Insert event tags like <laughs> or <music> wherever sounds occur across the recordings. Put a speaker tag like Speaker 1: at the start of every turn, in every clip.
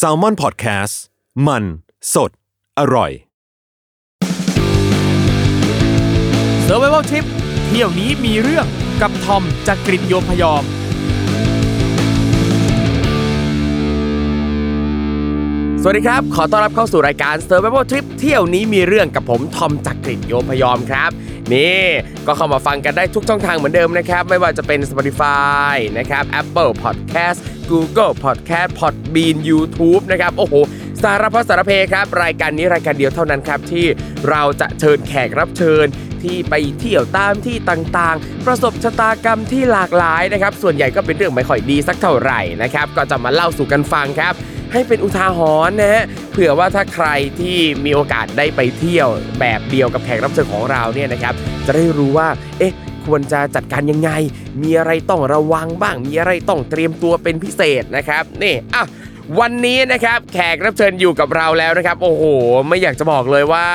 Speaker 1: s a l m o n PODCAST มันสดอร่อย
Speaker 2: s u r v i v a l Trip เที่ยวนี้มีเรื่องกับทอมจากกรีฑโยมพยอม สวัสดีครับ ขอต้อนรับเข้าสู่รายการ s u r v i v a l Trip เที่ยวนี้มีเรื่องกับผมทอมจากกรีฑโยมพยอมครับ นี่ก็เข้ามาฟังกันได้ทุกช่องทางเหมือนเดิมนะครับ ไม่ว่าจะเป็น Spotify นะครับ Apple Podcast Google Podcast Podbean YouTube นะครับโอ้โห สารพัดสารเพครับ รายการนี้รายการเดียวเท่านั้นครับ ที่เราจะเชิญแขกรับเชิญ ที่ไปเที่ยวตามที่ต่างๆ ประสบชะตากรรมที่หลากหลายนะครับ ส่วนใหญ่ก็เป็นเรื่องไม่ค่อยดีสักเท่าไหร่นะครับ ก็จะมาเล่าสู่กันฟังครับ ให้เป็นอุทาหรณ์นะฮะเผื่อว่าถ้าใครที่มีโอกาสได้ไปเที่ยวแบบเดียวกับแขกรับเชิญของเราเนี่ยนะครับ จะได้รู้ว่า เอ๊ะ ควรจะจัดการยังไง มีอะไรต้องระวังบ้าง มีอะไรต้องเตรียมตัวเป็นพิเศษนะครับ นี่ อ่ะ วันนี้นะครับ แขกรับเชิญอยู่กับเราแล้วนะครับ โอ้โห ไม่อยากจะบอกเลยว่า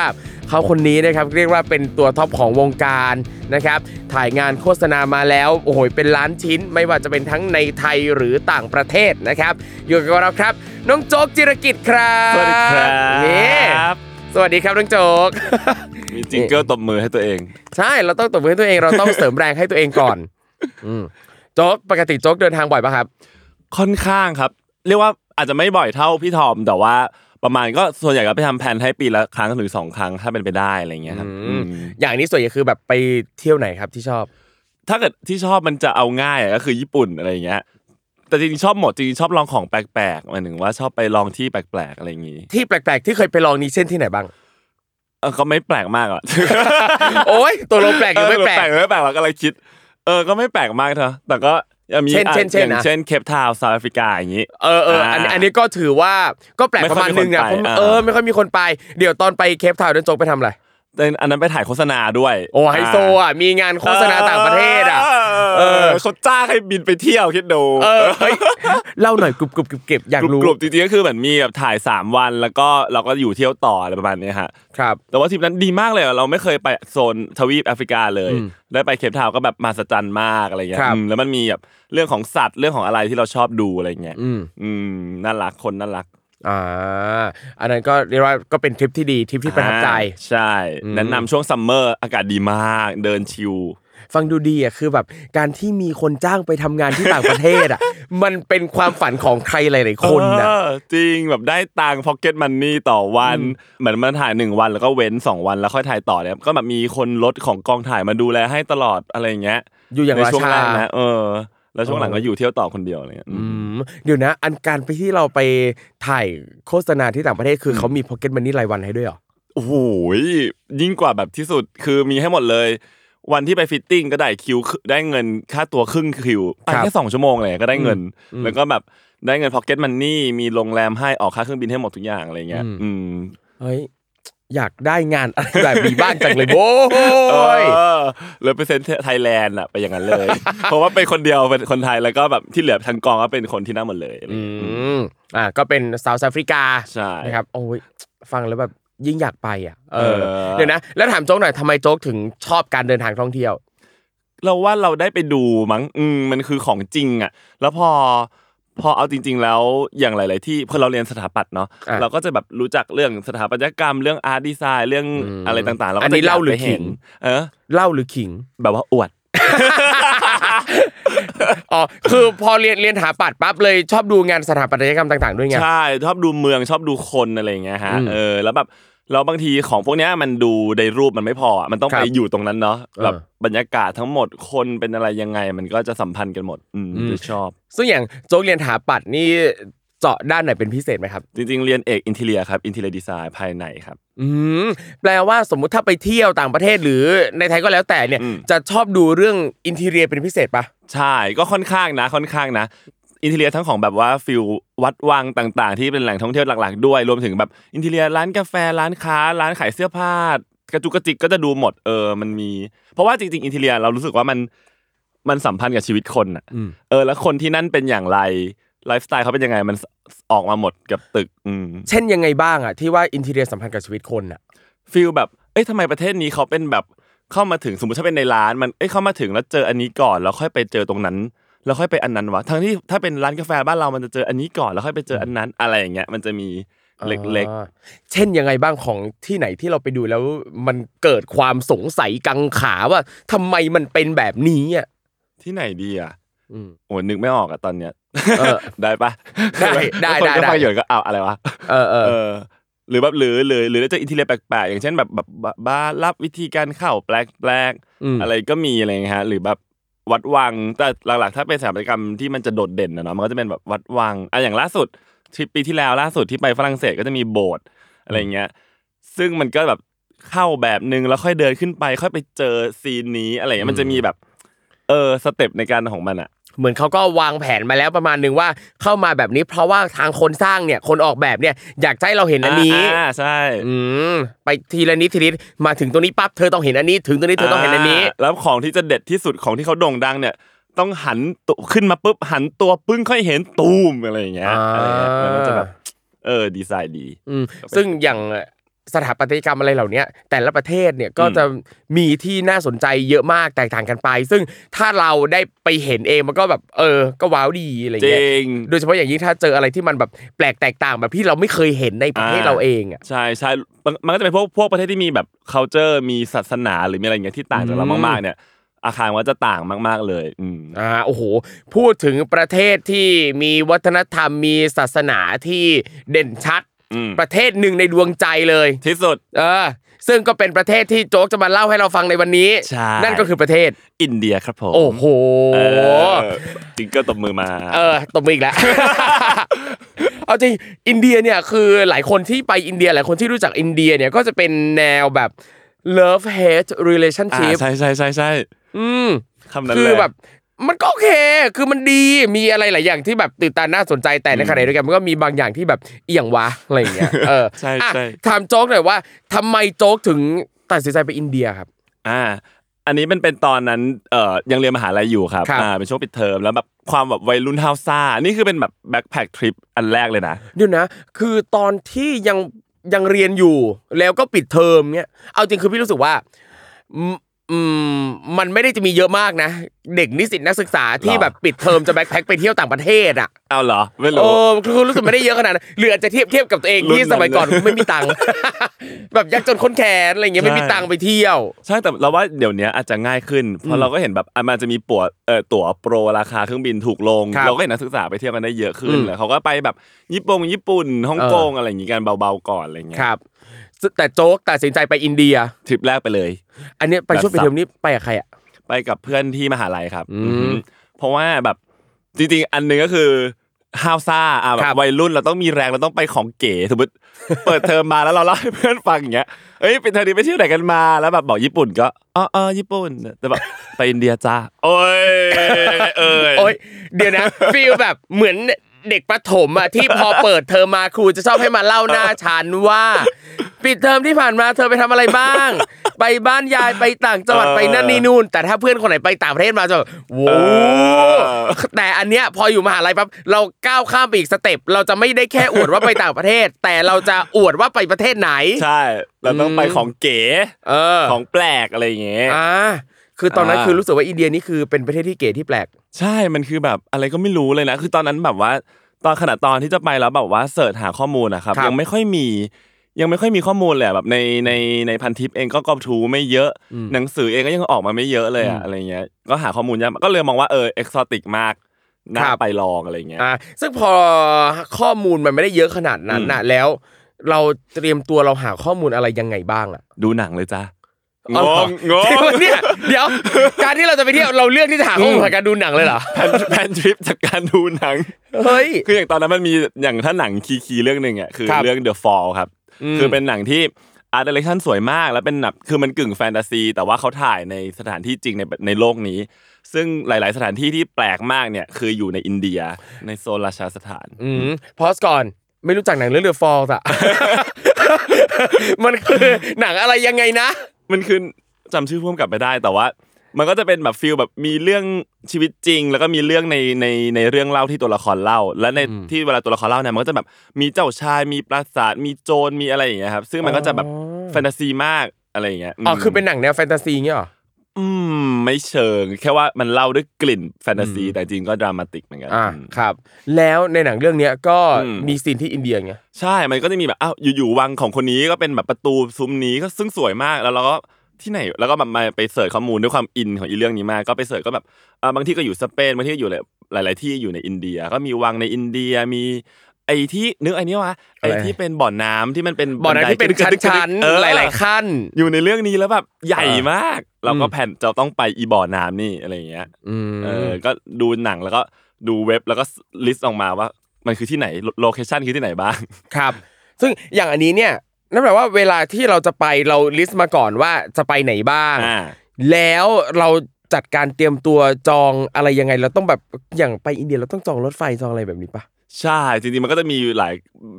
Speaker 2: เขาคนนี้นะครับ เรียกว่าเป็นตัวท็อปของวงการนะครับ ถ่ายงานโฆษณามาแล้ว โอ้โห เป็นล้านชิ้น ไม่ว่าจะเป็นทั้งในไทยหรือต่างประเทศนะครับ อยู่กับเราครับ น้องโจ๊กจิรกิจครับ
Speaker 3: สวัสดีครั
Speaker 2: นี่
Speaker 3: บ
Speaker 2: สวัสดีครับน้องโจ๊ก
Speaker 3: มีจิงเกิลตบมือให้ตัวเอง
Speaker 2: ใช่เราต้องตบมือให้ตัวเองเราต้องเสริมแรงให้ตัวเองก่อน อืมโจ๊กปกติโจ๊กเดินทางบ่อยปะครับ
Speaker 3: ค่อนข้างครับ เรียกว่าอาจจะไม่บ่อยเท่าพี่ทอม แต่ว่าประมาณก็ส่วนใหญ่ก็ไปทำแผนให้ปีละครั้งหรือสองครั้งถ้าเป็นไปได้อะไรอย่างเงี้ยครับ
Speaker 2: อืม
Speaker 3: อืม
Speaker 2: อย่างนี้ส่วนใหญ่คือแบบไปเที่ยวไหนครับที่ชอบ
Speaker 3: ถ้าเกิดที่ชอบมันจะเอาง่ายอะก็คือญี่ปุ่นอะไรอย่างเงี้ย แต่จริงๆชอบหมดจริงๆชอบลองของแปลกๆหมายถึงว่าชอบไปลองที่แปลกๆอะไรอย่างงี้
Speaker 2: ที่แปลกๆ ที่เคยไปลองนี่เช่นที่ไหน
Speaker 3: <laughs>
Speaker 2: บ้าง
Speaker 3: เออก็ไม่แปลกมากอะ
Speaker 2: โอ้ยตัวเราแปลกหรือไม่แปลก
Speaker 3: เออหรือไม่แปลกเรากำลังคิด เออ ก็ไม่แปลกมากเถอะแต่ก็ยังมี
Speaker 2: เช่น
Speaker 3: อ่ะ
Speaker 2: เช่นเช่น
Speaker 3: อย่าง
Speaker 2: นะ
Speaker 3: เช่นเคปทาวน์เซาท์แอฟริกาอย่างนี้
Speaker 2: เออเอออัน
Speaker 3: อ่า
Speaker 2: อันนี้ก็ถือว่าก็แปลกประมาณนึงนะ
Speaker 3: ไม่ค่อยมีคนไป
Speaker 2: เออ
Speaker 3: อ่า
Speaker 2: ไม่ค่อยมีคนไป เดี๋ยวตอนไปเคปทาวน์เดินโจ๊กไปทำอะไร
Speaker 3: แต่อันนั้นไปถ่ายโฆษณาด้วย
Speaker 2: โอ้ไฮโซอ่ะมีงานโฆษณาต่างประเทศอ่ะ เอ
Speaker 3: เอ
Speaker 2: อ
Speaker 3: อเขาจ้างให้บินไปเที่ยวคิดดู
Speaker 2: เออเฮ้ยเล่าหน่อยกรุบกรุบกรุบเก็บอยากรู้
Speaker 3: กลุ่มๆจริงๆก็คือเหมือนมีแบบถ่าย 3 วัน แล้วก็เราก็อยู่เที่ยวต่ออะไรประมาณเนี้ยฮะ
Speaker 2: ครับ
Speaker 3: แต่ว่าทริปนั้นดีมากเลยอะเราไม่เคยไปโซนทวีปแอฟริกาเลย ได้ไปเคปทาวน์ก็แบบมหัศจรรย์มากอะไรเงี้ย
Speaker 2: ครับ
Speaker 3: อืมแล้วมันมีแบบเรื่องของสัตว์เรื่องของอะไรที่เราชอบดูอะไรเงี้ย
Speaker 2: อืม
Speaker 3: อืมน่ารักคนน่ารัก
Speaker 2: อ่าอันนั้นก็เรียกว่าก็เป็นทริปที่ดีทริปที่ประทับใจ
Speaker 3: อ่าใช่
Speaker 2: อืม
Speaker 3: แนะนำช่วงซัมเมอร์อากาศดีมาก เดินชิล
Speaker 2: ฟังดูดีอ่ะคือแบบการที่มีคนจ้างไปทำงานที่ต่างประเทศอ่ะ มันเป็นความฝันของใครหลาย ๆ คนนะ
Speaker 3: เออจริงแบบได้ตังพ็อกเก็ตมันนี่ต่อวัน เหมือนมาถ่ายหนึ่งวันแล้วก็เว้นสองวันแล้วค่อยถ่ายต่อเนี่ยก็แบบมีคนรถของกองถ่ายมาดูแลให้ตลอดอะไรอย่างเงี้ย
Speaker 2: อยู่อย่าง
Speaker 3: ใน
Speaker 2: รา
Speaker 3: ช่วง
Speaker 2: ชา
Speaker 3: แรกนะเออ แล้วช่วงหลังก็อยู่เที่ยวต่อคนเดียวอะไรเงี้ยอื
Speaker 2: อื
Speaker 3: ม
Speaker 2: มเดี๋ยวนะ อันการไปที่เราไปถ่ายโฆษณาที่ต่างประเทศคือเขามีพ็อกเก็ตมันนี่รายวันให้ด้วยเหรอ
Speaker 3: โอ้โหยิ่งกว่าแบบที่สุดคือมีให้หมดเลย วันที่ไปฟิตติ้งก็ได้คิวได้เงินค่าตัวครึ่งคิวไป
Speaker 2: ครับ
Speaker 3: แค่สองชั่วโมงเลยก็ได้เงิน แล้วก็แบบได้เงินพ็อกเก็ตมันนี่มีโรงแรมให้ออกค่าเครื่องบินให้หมดทุกอย่างอะไรเงี้ยอืม
Speaker 2: เฮ้ยอยากได้งานอะไรแบบนี้บ้างจัง <laughs> เลยโว้
Speaker 3: เอย อแล้วเปอร์เซ็นต์ไทยแลนด์อะไปอย่างนั้นเลย
Speaker 2: <laughs>
Speaker 3: เพราะว่าเป็นคนเดียวเป็นคนไทยแล้วก็แบบที่เหลือทางกองก็เป็นคนที่นั่นหมดเลยอะไร
Speaker 2: อื
Speaker 3: เงี้ย
Speaker 2: มอ่าก็เป็นซาว t h แอฟริกา
Speaker 3: ใช่
Speaker 2: นะครับโอ้ยฟังแล้วแบบยิ่งอยากไปอ่ะเออ
Speaker 3: เออ
Speaker 2: เดี๋ยวนะ แล้วถามโจ๊กหน่อยทำไมโจ๊กถึงชอบการเดินทางท่องเที่ยว
Speaker 3: เราว่าเราได้ไปดูมั้งอืมมันคือของจริงอ่ะ แล้วพอพอเอาจริง ๆ แล้วอย่างหลาย ๆ ที่พอเราเรียนสถาปัตย์เนาะ
Speaker 2: อ่ะ
Speaker 3: เราก็จะแบบรู้จักเรื่องสถาปัตยกรรมเรื่องอาร์ตดีไซน์เรื่อง
Speaker 2: อืม
Speaker 3: อะไรต่างๆเรา
Speaker 2: อัน
Speaker 3: ก็จะ
Speaker 2: นี้
Speaker 3: ยก
Speaker 2: เล่าหรือ
Speaker 3: ไปห็
Speaker 2: ขิง
Speaker 3: นเออ
Speaker 2: เล่าหรือขิง
Speaker 3: แบบว่าอวด <laughs>
Speaker 2: อ๋อ คือพอเรียนเรียนสถาปัตย์ปั๊บเลยชอบดูงานสถาปัตยกรรมต่าง ๆ ด้วยไง
Speaker 3: ใช่ชอบดูเมืองชอบดูคนอะไรอย่างเงี้ยฮะ
Speaker 2: อืม
Speaker 3: เออแล้วแบบเราบางทีของพวกเนี้ยมันดูในรูปมันไม่พออะมันต้อง
Speaker 2: ครับ
Speaker 3: ไปอยู่ตรงนั้นเนาะแบบ
Speaker 2: เออบ
Speaker 3: รรยากาศทั้งหมดคนเป็นอะไรยังไง มันก็จะสัมพันธ์กันหมด อืม
Speaker 2: อืม
Speaker 3: เลยชอบ
Speaker 2: ซึ่งอย่างโจ๊กเรียนสถาปัตย์นี่เจาะด้านไหนเป็นพิเศษไหมครับ
Speaker 3: จริง ๆ เรียนเอกอินเทเลียครับอินเทเลียดีไซน์ภายในครับ
Speaker 2: อืมแปลว่าสมมุติถ้าไปเที่ยวต่างประเทศหรือในไทยก็แล้วแต่เนี่ย
Speaker 3: อืม
Speaker 2: จะชอบดูเรื่องอินทีเรียเป็นพิเศษปะ
Speaker 3: ใช่ ก็ค่อนข้างนะ ค่อนข้างนะ อินเทียทั้งของแบบว่าฟิลวัดวังต่าง ๆ ที่เป็นแหล่งท่องเที่ยวหลัก ๆ ด้วยรวมถึงแบบอินเทียร้านกาแฟร้านค้า ร้านขายเสื้อผ้ากระจุกกระจิกก็จะดูหมดเออมันมี เพราะว่าจริงๆอินเทียเรารู้สึกว่ามันมันสัมพันธ์กับชีวิตคนอ่ะ
Speaker 2: อืม
Speaker 3: เออแล้วคนที่นั่นเป็นอย่างไรไลฟ์สไตล์เขาเป็นยังไงมันออกมาหมดกับตึกอืม
Speaker 2: เช่นยังไงบ้างอ่ะที่ว่าอินเทียสัมพันธ์กับชีวิตคนอ่ะ
Speaker 3: ฟีลแบบ เอ้ยทำไมประเทศนี้เขาเป็นแบบเข้ามาถึงสมมติถ้าเป็นในร้าน มันเอ้ยเข้ามาถึงแล้วเจออันนี้ก่อนแล้วค่อยไปเจอตรงนั้น แล้วค่อยไปอันนั้นวะทั้งที่ถ้าเป็นร้านกาแฟบ้านเรามันจะเจออันนี้ก่อนแล้วค่อยไปเจออันนั้นอะไรอย่างเงี้ยมันจะมีเล็ก
Speaker 2: อ่าเช่นยังไงบ้างของที่ไหนที่เราไปดูแล้วมันเกิดความสงสัยกังขาว่าทำไมมันเป็นแบบนี้อ่ะ
Speaker 3: ๆที่ไหนดีอ่ะ
Speaker 2: อืม
Speaker 3: โอ้นึกไม่ออกอะตอนเนี้ย
Speaker 2: เออ
Speaker 3: ได้ปะ
Speaker 2: <laughs> ได้
Speaker 3: <laughs>
Speaker 2: ได้
Speaker 3: คนก็
Speaker 2: ได้
Speaker 3: ฟังอยู่ก็อ้าวอะไรวะ
Speaker 2: เออเออ
Speaker 3: <laughs> เออหรือแบบหรือหรือหรือจะอินทีเลียแปลกๆ อย่างเช่นแบบแบบบบ้านรับวิธีการเข้าแปลกๆ
Speaker 2: ม
Speaker 3: อะไรก็มีอะไรเงี้ยฮะหรือแบบวัดวังแต่หลักๆ ถ้าเป็นสถาปัตยกรรมที่มันจะโดดเด่นนะเนาะมันก็จะเป็นแบบวัดวังอ่ะอย่างล่าสุดทริปปีที่แล้วล่าสุดที่ไปฝรั่งเศสก็จะมีโบสถ์อะไรเงี้ยซึ่งมันก็แบบเข้าแบบนึงแล้วค่อยเดินขึ้นไป ค่อยไปเจอซีนนี้อะไรเงี้ยมันจะมีแบบ เออสเต็ปในการของมันอ่ะ
Speaker 2: เหมือนเขาก็วางแผนมาแล้วประมาณหนึ่งว่าเข้ามาแบบนี้ เพราะว่าทางคนสร้างเนี่ยคนออกแบบเนี่ยอยากจะให้เราเห็นอันนี้
Speaker 3: อ่าใช่
Speaker 2: อืมไปทีละนิดทีละนิดมาถึงตรงนี้ปั๊บเธอต้องเห็นอันนี้ ถึงตรงนี้เธอต้องเห็นอันนี้
Speaker 3: าแล้วของที่จะเด็ดที่สุดของที่เขาโด่งดังเนี่ย ต้องหันตัวขึ้นมาปุ๊บหันตัวปึ้งค่อยเห็นตูมอะไรอย่างเงี้ย
Speaker 2: อ่า
Speaker 3: อะไรเงี้ยมันก็จะแบบเออดีไซน์ดี
Speaker 2: อืมซึ่งอย่างสถาปัตยกรรมอะไรเหล่าเนี้ยแต่ละประเทศเนี่ยก็จะมีที่น่าสนใจเยอะมากแตกต่างกันไป ซึ่งถ้าเราได้ไปเห็นเองมันก็แบบเออ ก็ว้าวดีอะไร
Speaker 3: จ
Speaker 2: เงี้ย
Speaker 3: ริง
Speaker 2: โดยเฉพาะอย่างยิ่งถ้าเจออะไรที่มันแบบแปลกแตกต่างแบบที่เราไม่เคยเห็นในประเทศ
Speaker 3: อ่า
Speaker 2: เราเองอ่ะ
Speaker 3: ใช่ใช่มันมันก็จะเป็นพวกพวกประเทศที่มีแบบ culture มีศาสนาหรือมีอะไรอย่างเงี้ยที่ต่างจากเรา
Speaker 2: อืม
Speaker 3: มากๆเนี่ย อาคารว่าจะต่างมาก ๆ เลยอืม
Speaker 2: อ่าโอ้โหพูดถึงประเทศที่มีวัฒนธรรมมีศาสนาที่เด่นชัด
Speaker 3: อืม
Speaker 2: ประเทศหนึ่งในดวงใจเลย
Speaker 3: ที่สุด
Speaker 2: เออ ซึ่งก็เป็นประเทศที่โจ๊กจะมาเล่าให้เราฟังในวันนี้
Speaker 3: ใช่
Speaker 2: นั่นก็คือประเทศ
Speaker 3: อินเดียครับผม
Speaker 2: โอ้โห
Speaker 3: เออจิงเกิลตบมือมา
Speaker 2: เออตบมืออีก
Speaker 3: <laughs>
Speaker 2: แล้ว เอาจริงอินเดียเนี่ยคือหลายคนที่ไปอินเดีย หลายคนที่รู้จักอินเดียเนี่ยก็จะเป็นแนวแบบ love hate
Speaker 3: อ่า
Speaker 2: relationship
Speaker 3: ใช่ใช่ใช่ใช่
Speaker 2: อืม
Speaker 3: คำนั้น
Speaker 2: คื
Speaker 3: เล
Speaker 2: อย แบบมันก็โอเค คือมันดี มีอะไรหลายอย่างที่แบบตื่นตาน่าสนใจ แต่ในขณะเดียวกันมันก็มีบางอย่างที่แบบเอียงวะอะไรอย่างเงี้ย เออ
Speaker 3: ใช่
Speaker 2: อ่ะ
Speaker 3: ใช่
Speaker 2: ถามโจ๊กหน่อยว่าทำไมโจ๊กถึงตัดสินใจไปอินเดียครับ
Speaker 3: อ่า อันนี้มันเป็นตอนนั้นเอ่อยังเรียนมหาลัยอยู่ครับ
Speaker 2: ครับ
Speaker 3: อ่าเป็นช่วงปิดเทอมแล้วแบบความแบบวัยรุ่นฮาวซ่า นี่คือเป็นแบบแบ็คแพคทริปอันแรกเลยนะ
Speaker 2: เดี๋ยวนะ คือตอนที่ยังยังเรียนอยู่ แล้วก็ปิดเทอมเนี่ยเอาจริงคือพี่รู้สึกว่าอืมอืมมันไม่ได้จะมีเยอะมากนะ เด็กนิสิตนักศึกษาที่
Speaker 3: หรอ
Speaker 2: แบบปิดเทอมจะแบ็คแพ็คไปเที่ยวต่างประเทศอ่ะ
Speaker 3: เอาเหรอ ไม่
Speaker 2: โอ้
Speaker 3: รู้
Speaker 2: คือรู้สึกไม่ได้เยอะขนาดนั้นหรืออาจจะเทียบเทียบกับตัวเอง
Speaker 3: รุ่นนั้
Speaker 2: ที่
Speaker 3: น
Speaker 2: สมัยก่อน
Speaker 3: เลย
Speaker 2: ไม่มีตังค์
Speaker 3: <laughs>
Speaker 2: แบบยากจนค้นแขนอะไรเงี้ย
Speaker 3: ใช่
Speaker 2: ไม่มีตังค์ไปเที่ยว
Speaker 3: ใช่แต่เราว่าเดี๋ยวนี้อาจจะง่ายขึ้นเพราะเราก็เห็นแบบอ่ะมันอาจจะมีปัวเอ่อตั๋วโปรราคาเครื่องบินถูกลง
Speaker 2: ครับ
Speaker 3: เราก็เห็นนักศึกษาไปเที่ยวกันได้เยอะขึ้น
Speaker 2: อืม
Speaker 3: แล้วเขาก็ไปแบบญี่ปุ่งญี่ปุ่นฮ่อง
Speaker 2: เออ
Speaker 3: กงอะไรอย่างงี้กันเบาๆก่อนอะไรเงี้
Speaker 2: ค
Speaker 3: ย
Speaker 2: รับซึ่งแต่โจ๊กตัดสินใจไปอินเดีย
Speaker 3: ทริปแรกไปเลย
Speaker 2: อันเนี้ยไป
Speaker 3: แบบ
Speaker 2: ช่วงไป
Speaker 3: สับ
Speaker 2: เที่ยวนี้ไปกับใครอ่ะ
Speaker 3: ไปกับเพื่อนที่มหาลัยครับ
Speaker 2: อืม
Speaker 3: อือฮึเพราะว่าแบบจริงๆ อันหนึ่งก็คือห้าวซ่าอ่ะแบ
Speaker 2: ครับ บ
Speaker 3: วัยรุ่นเราต้องมีแรงเราต้องไปของเก๋สมมติ <laughs> เปิดเทอมมาแล้วเราเล่าให้เพื่อนฟังอย่างเงี้ยเอ้ยไปเทอมนี้ไปเที่ยวไหนกันมาแล้วแบบบอกญี่ปุ่นก็อ๋ออ๋อญี่ปุ่นแต่แบบไปอินเดีย
Speaker 2: <laughs>
Speaker 3: จ้าโอ้ยเอ้ย
Speaker 2: โอ๊ยเดี๋ยวนะ ฟีลแบบเหมือนเด็กประถมอ่ะที่พอเปิดเทอมมาครูจะชอบให้มาเล่าหน้าชั้นว่า ปิดเทอมที่ผ่านมาเธอไปทำอะไรบ้าง ไปบ้านยายไปต่างจังหวัด
Speaker 3: เออ
Speaker 2: ไปนั่นนี่นู่น แต่ถ้าเพื่อนคนไหนไปต่างประเทศมาจะแบบโว้
Speaker 3: เออ
Speaker 2: แต่อันเนี้ยพออยู่มหาลัยปั๊บเราก้าวข้ามไปอีกสเต็ปเราจะไม่ได้แค่อวดว่าไปต่างประเทศ แต่เราจะอวดว่าไปประเทศไหน
Speaker 3: ใช่เราต้องไป
Speaker 2: อืม
Speaker 3: ของเก๋
Speaker 2: เออ
Speaker 3: ของแปลกอะไรอย่างเงี้ย
Speaker 2: อ่าคือตอนนั้น
Speaker 3: อ่า
Speaker 2: คือรู้สึกว่าอินเดียนี่คือเป็นประเทศที่เก๋ที่แปลก
Speaker 3: ใช่ มันคือแบบอะไรก็ไม่รู้เลยนะ คือตอนนั้นแบบว่า ตอนขณะตอนที่จะไปแล้วแบบว่าเสิร์ชหาข้อมูลนะครับ
Speaker 2: ครับ
Speaker 3: ยังไม่ค่อยมี ยังไม่ค่อยมีข้อมูลเลยอะแบบในในในพันทิปเองก็กอบทูไม่เยอะ หนังสือเองก็ยังออกมาไม่เยอะเลยอะอะไรเงี้ย ก็หาข้อมูลยากก็เลยมองว่าเออเอกซอติกมากน่าไปลองอะไรเงี้ย
Speaker 2: อ่าซึ่งพอข้อมูลมันไม่ได้เยอะขนาดนั้นน่ะแล้ว เราเตรียมตัวเราหาข้อมูลอะไรยังไงบ้างอ่ะ
Speaker 3: ดูหนังเลยจ้ะง
Speaker 2: เอาเหรอง
Speaker 3: งง
Speaker 2: เนี่ยเดี๋ยวการที่เราจะไปเที่ยวเราเลือกที่จะหาข้อมูลจากการดูหนังเลยเหรอ
Speaker 3: <laughs> แพลนแพลนทริปจากการดูหนัง
Speaker 2: เฮ้ย
Speaker 3: <laughs> คืออย่างตอนนั้นมันมีอย่างถ้าหนังคีคีเรื่องหนึ่งอ่ะคือ
Speaker 2: ครับ
Speaker 3: เรื่อง The Fall ครับ
Speaker 2: อืม
Speaker 3: คือเป็นหนังที่อาร์ตเดเรคชั่นสวยมาก แล้วเป็นแบบคือมันกึ่งแฟนตาซี แต่ว่าเขาถ่ายในสถานที่จริงในในโลกนี้ ซึ่งหลาย ๆ สถานที่ที่แปลกมากเนี่ยคืออยู่ในอินเดียในโซนราชาสถาน
Speaker 2: อืมพอสก่อนไม่รู้จักหนังเรื่องเรือฟอลส์อะ มันคือหนังอะไรยังไงนะ
Speaker 3: มันคือจำชื่อพ่วงกลับไม่ได้แต่ว่า มันก็จะเป็นแบบฟิลแบบมีเรื่องชีวิตจริง แล้วก็มีเรื่องในในในเรื่องเล่าที่ตัวละครเล่า และในที่เวลาตัวละครเล่าเนี่ยมันก็จะแบบมีเจ้าชายมีปราสาทมีโจรมีอะไรอย่างเงี้ยครับซึ่งมันก็จะแบบ
Speaker 2: อ๋อ
Speaker 3: แฟนตาซีมากอะไรอย่างเงี้ย
Speaker 2: อ๋อ
Speaker 3: ม
Speaker 2: คือเป็นหนังแนวแฟนตาซีเงี้ยเหรอ
Speaker 3: อืมไม่เชิง แค่ว่ามันเล่าด้วยกลิ่นแฟนตาซีแต่จริงก็ดรามาติกเหมือนกัน
Speaker 2: อ่า
Speaker 3: อืม
Speaker 2: ครับ แล้วในหนังเรื่องเนี้ยก็
Speaker 3: อืม
Speaker 2: มีซีนที่อินเดียไง
Speaker 3: ใช่ มันก็จะมีแบบ อ้าว อยู่ๆ วังของคนนี้ก็เป็นแบบประตูซุ้มนี้ก็ซึ่งสวยมาก แล้วเราก็ที่ไหน แล้วก็แบบมาไปเสิร์ชข้อมูลด้วยความอินของอีเรื่องนี้มาก ก็ไปเสิร์ชก็แบบอ่าบางที่ก็อยู่สเปน บางที่ก็อยู่หลายๆที่อยู่ในอินเดีย ก็มีวังในอินเดีย มีไอ้ที่นึกไอ้นี่วะ ไอ้ที่เป็นบ่อน้ำที่มันเป็น
Speaker 2: บ่อนนั้นที่เป็นชั้นชั้นๆ
Speaker 3: เออ
Speaker 2: หลาย ๆ ขั้น
Speaker 3: อยู่ในเรื่องนี้แล้วแบบใหญ่
Speaker 2: เออ
Speaker 3: มาก เราก็แผ่นจะต้องไปอีบ่อน้ำนี่อะไรอย่างเงี้ย
Speaker 2: อืม
Speaker 3: เออ ก็ดูหนังแล้วก็ดูเว็บแล้วก็ลิสต์ออกมาว่า มันคือที่ไหน โลเคชันคือที่ไหนบ้าง
Speaker 2: ครับ ซึ่งอย่างอันนี้เนี่ยนั่นแปลว่าเวลาที่เราจะไปเราลิสต์มาก่อนว่าจะไปไหนบ้าง
Speaker 3: อ่า
Speaker 2: แล้วเราจัดการเตรียมตัวจองอะไรยังไงเราต้องแบบอย่างไปอินเดียเราต้องจองรถไฟจองอะไรแบบนี้ปะ
Speaker 3: ใช่จริงๆมันก็จะมีหลาย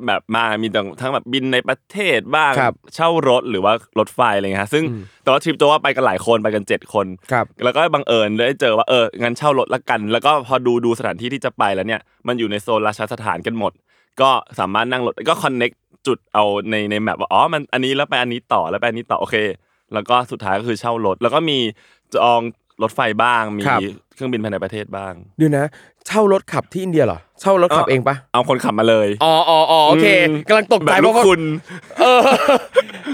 Speaker 3: แบบมากมีทั้งแบบบินในประเทศบ้าง
Speaker 2: ครับ
Speaker 3: เช่ารถหรือว่ารถไฟอะไรเงี้ยฮะซึ่ง
Speaker 2: อืม
Speaker 3: แต่ว่าทริปโจว่าไปกันหลายคนไปกัน 7 คน
Speaker 2: ครับ
Speaker 3: แล้วก็บังเอิญได้เจอว่าเอองั้นเช่ารถละกัน แล้วก็พอดูดูสถานที่ที่จะไปแล้วเนี่ยมันอยู่ในโซนราชสถานกันหมด ก็สามารถนั่งรถก็คอนเน็กจุดเอาในในแมปว่าอ๋อมันอันนี้แล้วไปอันนี้ต่อแล้วไปอันนี้ต่อโอเค แล้วก็สุดท้ายก็คือเช่ารถ แล้วก็มีจองรถไฟบ้างมี
Speaker 2: ครับ
Speaker 3: เครื่องบินภายในประเทศบ้าง
Speaker 2: เดูนะ เช่ารถขับที่อินเดียเหรอเช่ารถขับเองปะ
Speaker 3: เอาคนขับมาเลย
Speaker 2: อ๋ออ๋ออ๋อโอเค
Speaker 3: อืม
Speaker 2: กำลังตก
Speaker 3: แบ
Speaker 2: ใจ
Speaker 3: บ
Speaker 2: เพ
Speaker 3: ลูก
Speaker 2: ราะว่า
Speaker 3: คุณ
Speaker 2: เออ <laughs>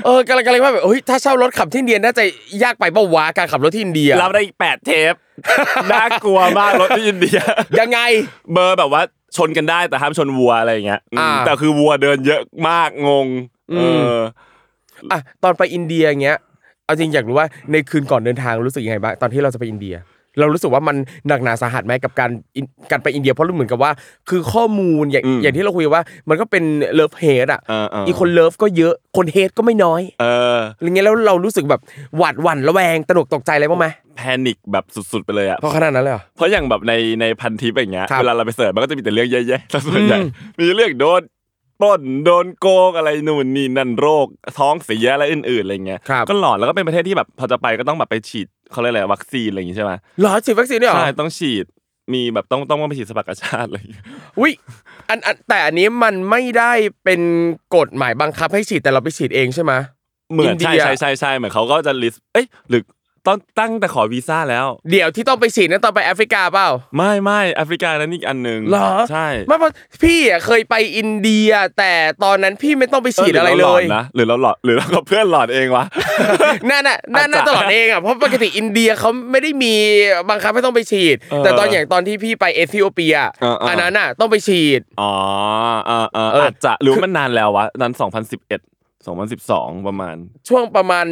Speaker 2: เออกำลังกำลังว่าแบบเฮ้ยถ้าเช่ารถขับที่อินเดียน่าจะยากไปเปะวะการขับรถที่อินเดีย
Speaker 3: รับได้อีกแปดเทป <laughs> น่ากลัวมากรถที่อินเดีย
Speaker 2: ยังไง
Speaker 3: เบอร์แบบว่าชนกันได้แต่ห้ามชนวัวอะไรอย่างเงี้ยอืม
Speaker 2: อ่า
Speaker 3: แต่คือวัวเดินเยอะมากงง
Speaker 2: อื
Speaker 3: เอ
Speaker 2: ม
Speaker 3: อ
Speaker 2: อ่ะตอนไปอินเดียอย่างเงี้ยเอาจริงอยากรู้ว่าในคืนก่อนเดินทางรู้สึกยังไงบ้างตอนที่เราจะไปอินเดีย เรารู้สึกว่ามันหนักหนาสาหัสไหมกับการอินการไปอินเดียเพราะรู้เหมือนกับว่า คือข้อมูลอย่างอย่างที่เราคุยว่ามันก็เป็นเลิฟเฮดอ่ะ
Speaker 3: เออเออ
Speaker 2: อีกคนเลิฟก็เยอะคนเฮดก็ไม่น้อย
Speaker 3: เออ
Speaker 2: อะไรเงี้ยแล้วเรารู้สึกแบบหวาดหวั่นระแวงตระหนกตกใจอะไรบ้างไหม
Speaker 3: แพนิคแบบสุดๆไปเลยอ่ะ
Speaker 2: เพราะขนาดนั้นเลยเหรอ
Speaker 3: เพราะอย่างแบบในในพันทิปอย่างเงี้ย
Speaker 2: ครับ
Speaker 3: เวลาเราไปเสิร์ชมันก็จะมีแต่เรื่องแย่ๆซะ <laughs> ส่วนใหญ่
Speaker 2: อืม
Speaker 3: มีเรื่องโดนปล้นโดนโกงอะไรนู่นนี่นั่นโรคท้องเสียอะไรอื่นๆอะไรเงี้ย
Speaker 2: ครับ
Speaker 3: ก็หลอนแล้วก็เป็นประเทศที่แบบพอจะไปก็ต้องแบบไปฉีดเขาเรียกอะไรวัคซีนอะไรอย่างงี้ใช่ไหม
Speaker 2: หรอฉีดวัคซีนด้วยเหรอ
Speaker 3: ใช่ต้องฉีดมีแบบต้องต้องไปฉีดสปากาชาติอะไรอย่างเงี้ย <laughs>
Speaker 2: อุ้ยอันอันแต่อันนี้มันไม่ได้เป็นกฎหมายบังคับให้ฉีดแต่เราไปฉีดเองใช่ไหม
Speaker 3: เหมือน
Speaker 2: อินเดีย
Speaker 3: ใช่ใช่ใช่ใช่เหมือนเขาก็จะ list เอ้ยหรือต้องตั้งแต่ขอวีซ่าแล้ว
Speaker 2: เดี๋ยวที่ต้องไปฉีดนั้นตอนไปแอฟริกาเปล่า
Speaker 3: ไม่ไม่แอฟริกานั้นอีกอันหนึ่ง
Speaker 2: เหรอ
Speaker 3: ใช่
Speaker 2: ไม่เพราะพี่อ่ะเคยไปอินเดีย แต่ตอนนั้นพี่ไม่ต้องไปฉีดอะไรเล
Speaker 3: ห
Speaker 2: ย
Speaker 3: นนะหรือเราหลอดหรือเรากับเพื่อนหลอดเองวะ
Speaker 2: นั่นน่ะนั่น
Speaker 3: อาจ
Speaker 2: น่ะ
Speaker 3: จะ
Speaker 2: ตลอดเองอ่ะเพราะปกติอินเดียเขาไม่ได้มีบังคับให้ต้องไปฉีด
Speaker 3: เออ
Speaker 2: แต่ตอนอย่างตอนที่พี่ไปเอธิโอเปีย
Speaker 3: เออเอออั
Speaker 2: อันนั้นน่ะต้องไปฉีด
Speaker 3: อ๋อเออเออ
Speaker 2: เอออ
Speaker 3: อาจจะหรือว่ามันนานแล้ววะนั้น 2011 2012 ประมาณ
Speaker 2: ช่วงประมาณ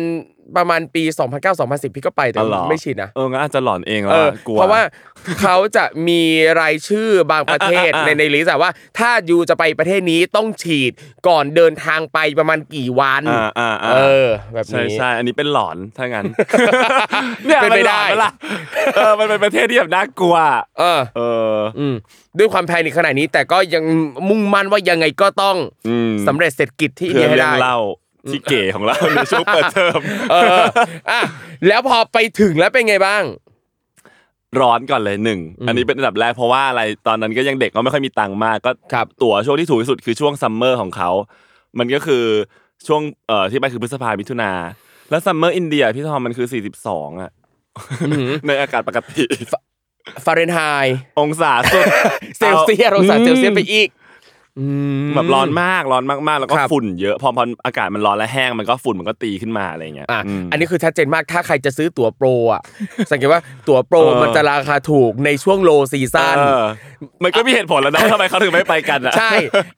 Speaker 2: ประมาณปี 2009-2010 พี่ก็ไปแต่
Speaker 3: อ๋อเหรอ
Speaker 2: ไม่ฉีดนะ
Speaker 3: เอองั้นอาจจะหลอนเองแล้ว
Speaker 2: เออ
Speaker 3: อะกลัว
Speaker 2: เพราะว่าเขาจะมีรายชื่อบางประเทศ
Speaker 3: <laughs> อ่ะ
Speaker 2: ใน
Speaker 3: อ่ะอ่ะ
Speaker 2: ในลิสต์อะว่า ถ้าอยู่จะไปประเทศนี้ต้องฉีดก่อนเดินทางไปประมาณกี่วัน
Speaker 3: อ่าอ่าอ่า
Speaker 2: เออ แบบ
Speaker 3: ใช่
Speaker 2: นี้
Speaker 3: ใช่อันนี้เป็นหลอนถ้า
Speaker 2: <laughs>
Speaker 3: งั้น เนี่ย
Speaker 2: เป็นไปได้
Speaker 3: มัหลอนหมล่ะเออมันเป็นประเทศที่แบบน่ากลัว
Speaker 2: เออ
Speaker 3: เออ
Speaker 2: อืมด้วยความแพนิคขนาดนี้แต่ก็ยังมุ่งมั่นว่ายังไงก็ต้อง
Speaker 3: อืม
Speaker 2: สำเร็จเศรษฐกิจที่อิน
Speaker 3: เพื่
Speaker 2: เดีให้
Speaker 3: อยเรื่อ
Speaker 2: ได้
Speaker 3: งเล่าที่เก๋ของเราในช่วงเปิดเทอม
Speaker 2: เอออ่ะแล้วพอไปถึงแล้วเป็นไงบ้าง
Speaker 3: <laughs> ร้อนก่อนเลยหนึ่งอันนี้เป็นอันดับแรกเพราะว่าอะไรตอนนั้นก็ยังเด็กก็ไม่ค่อยมีตังค์มากก็
Speaker 2: ครับ
Speaker 3: ตั๋วช่วงที่ถูกที่สุดคือช่วงซัมเมอร์ของเขา มันก็คือช่วงเอ่อที่ไปคือพฤษภามิถุนาแล้วซัมเมอร์อินเดียพี่ทอมมันคือ 42อ่ะ <laughs> ในอากาศปกติ
Speaker 2: ฟาเรนไฮน์
Speaker 3: องศาสุ <laughs> ด
Speaker 2: เซลเซียสองศาเซลเซียสไปอีก
Speaker 3: แบบร้อนมากร้อนมากๆ แล้วก็
Speaker 2: ครับ
Speaker 3: ฝุ่นเยอะพอพออากาศมันร้อนและแห้งมันก็ฝุ่นมันก็ตีขึ้นมาอะไรเงี้ย
Speaker 2: อ่ะ
Speaker 3: ม
Speaker 2: อันนี้คือชัดเจนมากถ้าใครจะซื้อตั๋วโปรอ่ะ สังเกตว่าตั๋วโปร
Speaker 3: เออ
Speaker 2: มันจะราคาถูกในช่วงโลซีซัน
Speaker 3: เออมันก็มีเหตุผลแล้วนะว่า <laughs> ทำไมเขาถึงไม่ไปกันอ่ะ
Speaker 2: ใช่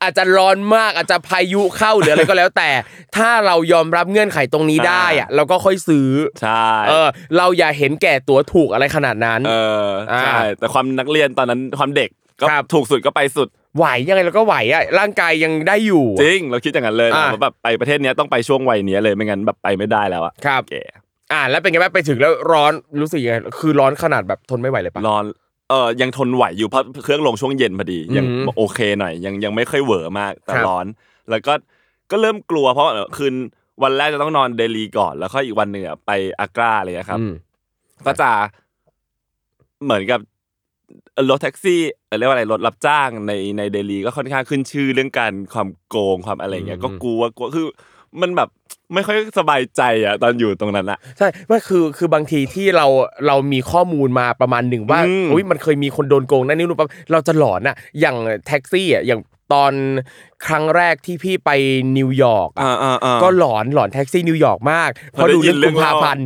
Speaker 2: อาจจะร้อนมากอาจจะพายุเข้าหรืออะไรก็แล้วแต่ ถ้าเรายอมรับเงื่อนไขตรงนี้ได้อ่ะเราก็ค่อยซื้อ
Speaker 3: ใช่
Speaker 2: เออเราอย่าเห็นแก่ตัวถูกอะไรขนาดนั้น
Speaker 3: เออ
Speaker 2: อ่า
Speaker 3: ใช่แต่ความนักเรียนตอนนั้นความเด็กก็
Speaker 2: ครับ
Speaker 3: ถูกสุดก็ไปสุด
Speaker 2: ไหวยังไงเราก็ไหวอ่ะร่างกายยังได้อยู่
Speaker 3: จริง เราคิดอย่างนั้นเลย
Speaker 2: อ่า
Speaker 3: เราแบบไปประเทศเนี้ยต้องไปช่วงวัยเนี้ยเลยไม่งั้นแบบไปไม่ได้แล้วอะ
Speaker 2: ครับ
Speaker 3: แก่
Speaker 2: อ่า แล้วเป็นไงบ้างไปถึงแล้วร้อนรู้สึกยังไงคือร้อนขนาดแบบทนไม่ไหวเลยปะ
Speaker 3: ร้อนเออยังทนไหวอยู่เพราะเครื่องลงช่วงเย็นพอดียัง
Speaker 2: อืม
Speaker 3: โอเคหน่อยยังยังไม่ค่อยเหวอมากแต่
Speaker 2: ครับ
Speaker 3: ร้อน แล้วก็ก็เริ่มกลัวเพราะเอ่อคืนวันแรกจะต้องนอนเดลีก่อน แล้วค่อยอีกวันหนึ่งอะไปอากราอะไรอย่างเงี้ยครับ
Speaker 2: อืม
Speaker 3: ก็จะเหมือนกับเอ่อรถแท็กซี่เอ่อเรียกว่าอะไรรถรับจ้างในในเดลีก็ค่อนข้างขึ้นชื่อเรื่องการความโกงความอะไรอย่างเงี้ย
Speaker 2: อืม
Speaker 3: ก็กลัวกลัวคือ มันแบบไม่ค่อยสบายใจอ่ะตอนอยู่ตรงนั้นอะ
Speaker 2: ใช่ไม่คือคือบางทีที่เราเรามีข้อมูลมาประมาณหนึ่งว่า
Speaker 3: อืม
Speaker 2: อุ้ยมันเคยมีคนโดนโกงนั่นนี่นู่นปั๊บเราจะหลอนอะอย่างแท็กซี่อะอย่างตอนครั้งแรกที่พี่ไปนิวยอร์กอะก็หลอนหลอนแท็กซี่นิวยอร์กมากเพ
Speaker 3: เพราะ
Speaker 2: ราะดูเรื่อง
Speaker 3: ได้ยินเรื่
Speaker 2: กุ
Speaker 3: อ
Speaker 2: ม
Speaker 3: ง
Speaker 2: ภา
Speaker 3: เล่า
Speaker 2: พันธ์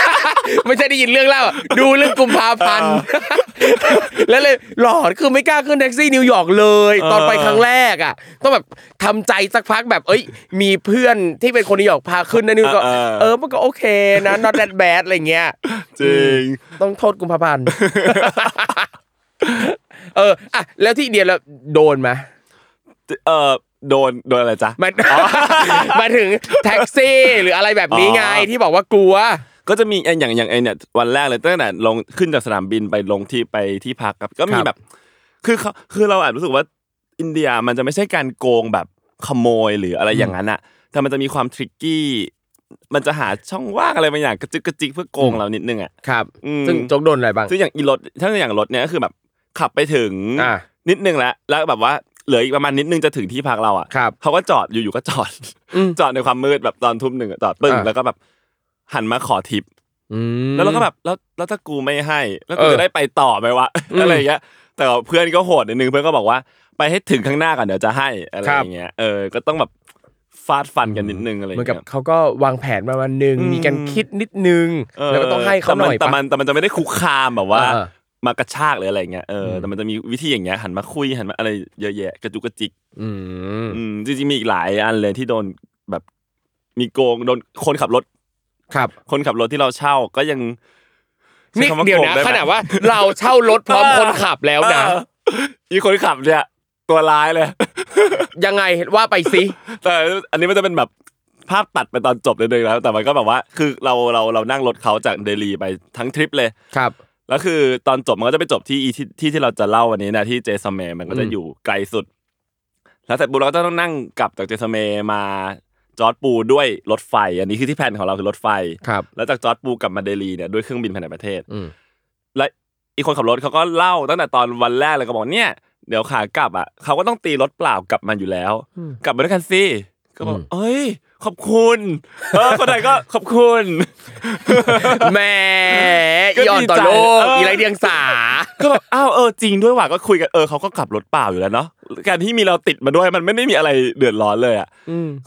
Speaker 2: <laughs> ไม่ใช่ได้ยินเรื่องเล่าดูเรื่องกุมภาพันธ์ <laughs> แล้วเลยหลอนคือไม่กล้าขึ้นแท็กซี่นิวยอร์กเลย ตอนไปครั้งแรกอะต้องแบบทำใจสักพักแบบเอ้ย มีเพื่อนที่เป็นคนนิวยอร์กพาขึ้นนั่นนี่นู่นก็
Speaker 3: เออ
Speaker 2: เอ
Speaker 3: เออ
Speaker 2: อ มันก็โอเคนะ not that bad อะไรเงี้ย
Speaker 3: จริง
Speaker 2: ต้องโทษกุมภาพันธ์ <laughs> เออ อ่ะ แล้วที่เดียแล้วโดนไหม
Speaker 3: เออโดนโดนอะไรจ๊ะ
Speaker 2: มัน <laughs> มาถึงแท็กซี่ หรืออะไรแบบนี้ไง
Speaker 3: อ๋อ
Speaker 2: ที่บอกว่ากลัว
Speaker 3: ก็จะมีอย่างอย่างอย่างไอเนี่ยวันแรกเลยตั้งแต่ลงขึ้นจากสนามบินไปลงที่ไปที่พักครับก็
Speaker 2: ค
Speaker 3: มี
Speaker 2: รับ
Speaker 3: แบบ คือเขาคือเราอาจรู้สึกว่าอินเดียมันจะไม่ใช่การโกงแบบขโมยหรืออะไรอย่างนั้นอะแต่มันจะมีความทริกกี้มันจะหาช่องว่างอะไรบางอย่างกระจิกกระจิกเพื่อโกง
Speaker 2: อืม
Speaker 3: เรานิดนึงอะ
Speaker 2: ครับ
Speaker 3: อืม
Speaker 2: ซึ่งโจกโดนอะไรบ้าง
Speaker 3: ซึ่งอย่างอีรถถ้าอย่างรถเนี่ยก็คือแบบขับไปถึง
Speaker 2: อ่ะ
Speaker 3: นิดนึงแล้วแล้วแบบว่าเหลืออีกประมาณนิดนึงจะถึงที่พักเราอะ
Speaker 2: ครับ
Speaker 3: เขาก็จอดอยู่ๆก็จอด
Speaker 2: อืม
Speaker 3: จอดในความมืดแบบตอนทุ่มหนึ่งอะจอดปึ้ง
Speaker 2: อ่า
Speaker 3: แล้วก็แบบหันมาขอทิป
Speaker 2: อืม
Speaker 3: แล้วเราก็แบบแล้วแล้วถ้ากูไม่ให้ แล้วกู
Speaker 2: เออ
Speaker 3: จะได้ไปต่อไหมวะ
Speaker 2: อืม
Speaker 3: อะไรอย่างเงี้ยแต่ว่าเพื่อนก็โหดนิดนึงเพื่อนก็บอกว่าไปให้ถึงข้างหน้าก่อนเดี๋ยวจะให้อะไร
Speaker 2: ครั
Speaker 3: อบ ย่างเงี้ยเออก็ต้องแบบฟาดฟันกันนิดนึงอะไรอ
Speaker 2: เหมือง
Speaker 3: ย่า
Speaker 2: นกับ
Speaker 3: เงี้ย
Speaker 2: เขาก็วางแผนประมาณหนึ่ง
Speaker 3: อืม
Speaker 2: มีการคิดนิดนึง
Speaker 3: เ
Speaker 2: แล้วก็ต้องให้เขาหน่อย
Speaker 3: แต่มั
Speaker 2: ปะ
Speaker 3: นแต่มันแต่มันจะไม่ได้คุกคามแบบว่า
Speaker 2: เออ
Speaker 3: มากระชากหรืออะไรอย่างเงี้ยเออ
Speaker 2: ม
Speaker 3: อแต่มันจะมีวิธีอย่างเงี้ยหันมาคุยหันมาอะไรเยอะแยะกระจุกกระจิก
Speaker 2: อืม
Speaker 3: อืมจริงๆมีอีกหลายอันเลยที่โดนแบบมีโกงโดนคนขับรถ
Speaker 2: ครับ
Speaker 3: คนขับรถที่เราเช่าก็ยัง
Speaker 2: นี่
Speaker 3: ใช้ำา
Speaker 2: เดี๋ยว
Speaker 3: โกง
Speaker 2: นะ
Speaker 3: ไไหม
Speaker 2: ขนาดว่าเราเช่ารถพร้อมคนขับแล้วนะ
Speaker 3: เอออีคนขับเนี่ยตัวร้ายเลย <laughs>
Speaker 2: ยังไงว่าไปสิ
Speaker 3: แต่อันนี้มันจะเป็นแบบภาพตัดไปตอนจบเลยเลยแล้วแต่มันก็แบบว่า คือเราเราเรานั่งรถเขาจากเดลีไปทั้งทริปเลย
Speaker 2: ครับ
Speaker 3: แล้วคือตอนจบมันก็จะไปจบที่อีที่ที่ที่เราจะเล่าวันนี้นะที่เจสัมเมมันก็จะ
Speaker 2: อืม
Speaker 3: อยู่ไกลสุด แล้วเสร็จปุ๊บเราก็จะต้องนั่งกลับจากเจสัมเมมาจอร์ดปูด้วยรถไฟ อันนี้คือที่แผนของเราคือรถไฟ
Speaker 2: ครับ
Speaker 3: แล้วจากจอร์ดปูกลับมาเดลีเนี่ยด้วยเครื่องบินภายในประเทศ
Speaker 2: อืม
Speaker 3: และอีกคนขับรถเขาก็เล่าตั้งแต่ตอนวันแรกเลยก็บอกเนี่ยเดี๋ยวขากลับอ่ะเขาก็ต้องตีรถเปล่ากลับมาอยู่แล้ว
Speaker 2: อืม
Speaker 3: กลับมาด้วยกันสิก็บอก
Speaker 2: อืม
Speaker 3: เอ้ย ขอบคุณเออคนไหนก็ขอบคุณ
Speaker 2: แหม่อีออนต่อโลกอีไรเดียงสา
Speaker 3: ก็แบบอ้าวเออจริงด้วยว่ะก็คุยกันเออเขาก็ขับรถเปล่าอยู่แล้วเนาะการที่มีเราติดมาด้วยมันไม่ได้มีอะไรเดือดร้อนเลยอ่ะ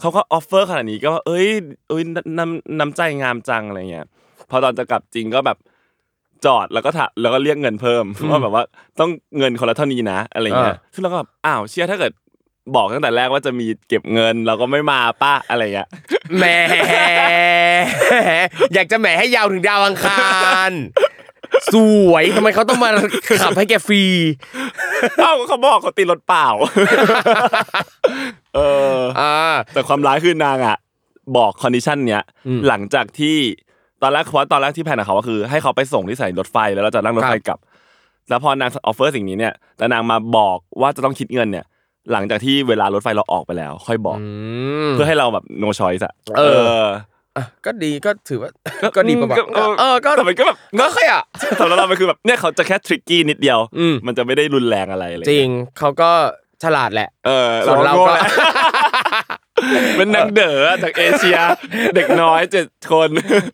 Speaker 3: เขาก็ออฟเฟอร์ขนาดนี้ก็ว่าเอ้ยเอ้ยน้ำน้ำใจงามจังอะไรเงี้ยพอตอนจะกลับจริงก็แบบจอดแล้วก็ถะแล้วก็เรียกเงินเพิ่มว่าแบบว่าต้องเงินคนละเท่านี้นะอะไรเงี้ย
Speaker 2: อ่า
Speaker 3: ซึ่งเราก็แบบอ้าวเชื่อถ้าเกิดบอกตั้งแต่แรกว่าจะมีเก็บเงินเราก็ไม่มาป้าอะไร
Speaker 2: <laughs>
Speaker 3: เงี้ย
Speaker 2: แหมอยากจะแหมให้ยาวถึงดาวอังคารสวยทำไมเขาต้องมาขับให้แกฟรี
Speaker 3: เอ้าเขาบอกเขาตีรถเปล่า <laughs> เออ
Speaker 2: อ่า
Speaker 3: แต่ความร้ายคือนางอ่ะ บอกคอนดิชันเนี้ย
Speaker 2: อืม
Speaker 3: หลังจากที่ตอนแรกเพราะตอนแรกที่แผนของเขาก็คือ ให้เขาไปส่งที่สถานีรถไฟแล้วเราจะนั่งรถไฟกลับ แล้วพอนางออฟเฟอร์สิ่งนี้เนี่ยแต่นางมาบอกว่าจะต้องคิดเงินเนี่ย หลังจากที่เวลารถไฟเราออกไปแล้ว ค่อยบอก เพื่อให้เราแบบโนชอยส์อะ
Speaker 2: เออ
Speaker 3: อ
Speaker 2: ก็ดีก็ถือว่า ก็ดีประมาณ
Speaker 3: เออ
Speaker 2: เออ ก็
Speaker 3: แต่มันก็แบบ <laughs>
Speaker 2: ก็ค่อยอ่ะ
Speaker 3: สำหรับเรามันคือแบบเนี่ยเขาจะแค่ทริกกี้นิดเดียว
Speaker 2: อืม
Speaker 3: มันจะไม่ได้รุนแรงอะไรเลย
Speaker 2: จริงเขาก็ฉลาดแหละ
Speaker 3: เออ
Speaker 2: ส่วนเรา
Speaker 3: โง่
Speaker 2: ก็
Speaker 3: แหละ <laughs> เป็นนางเด๋อจากเอเชีย เด็กน้อยเจ็ดคน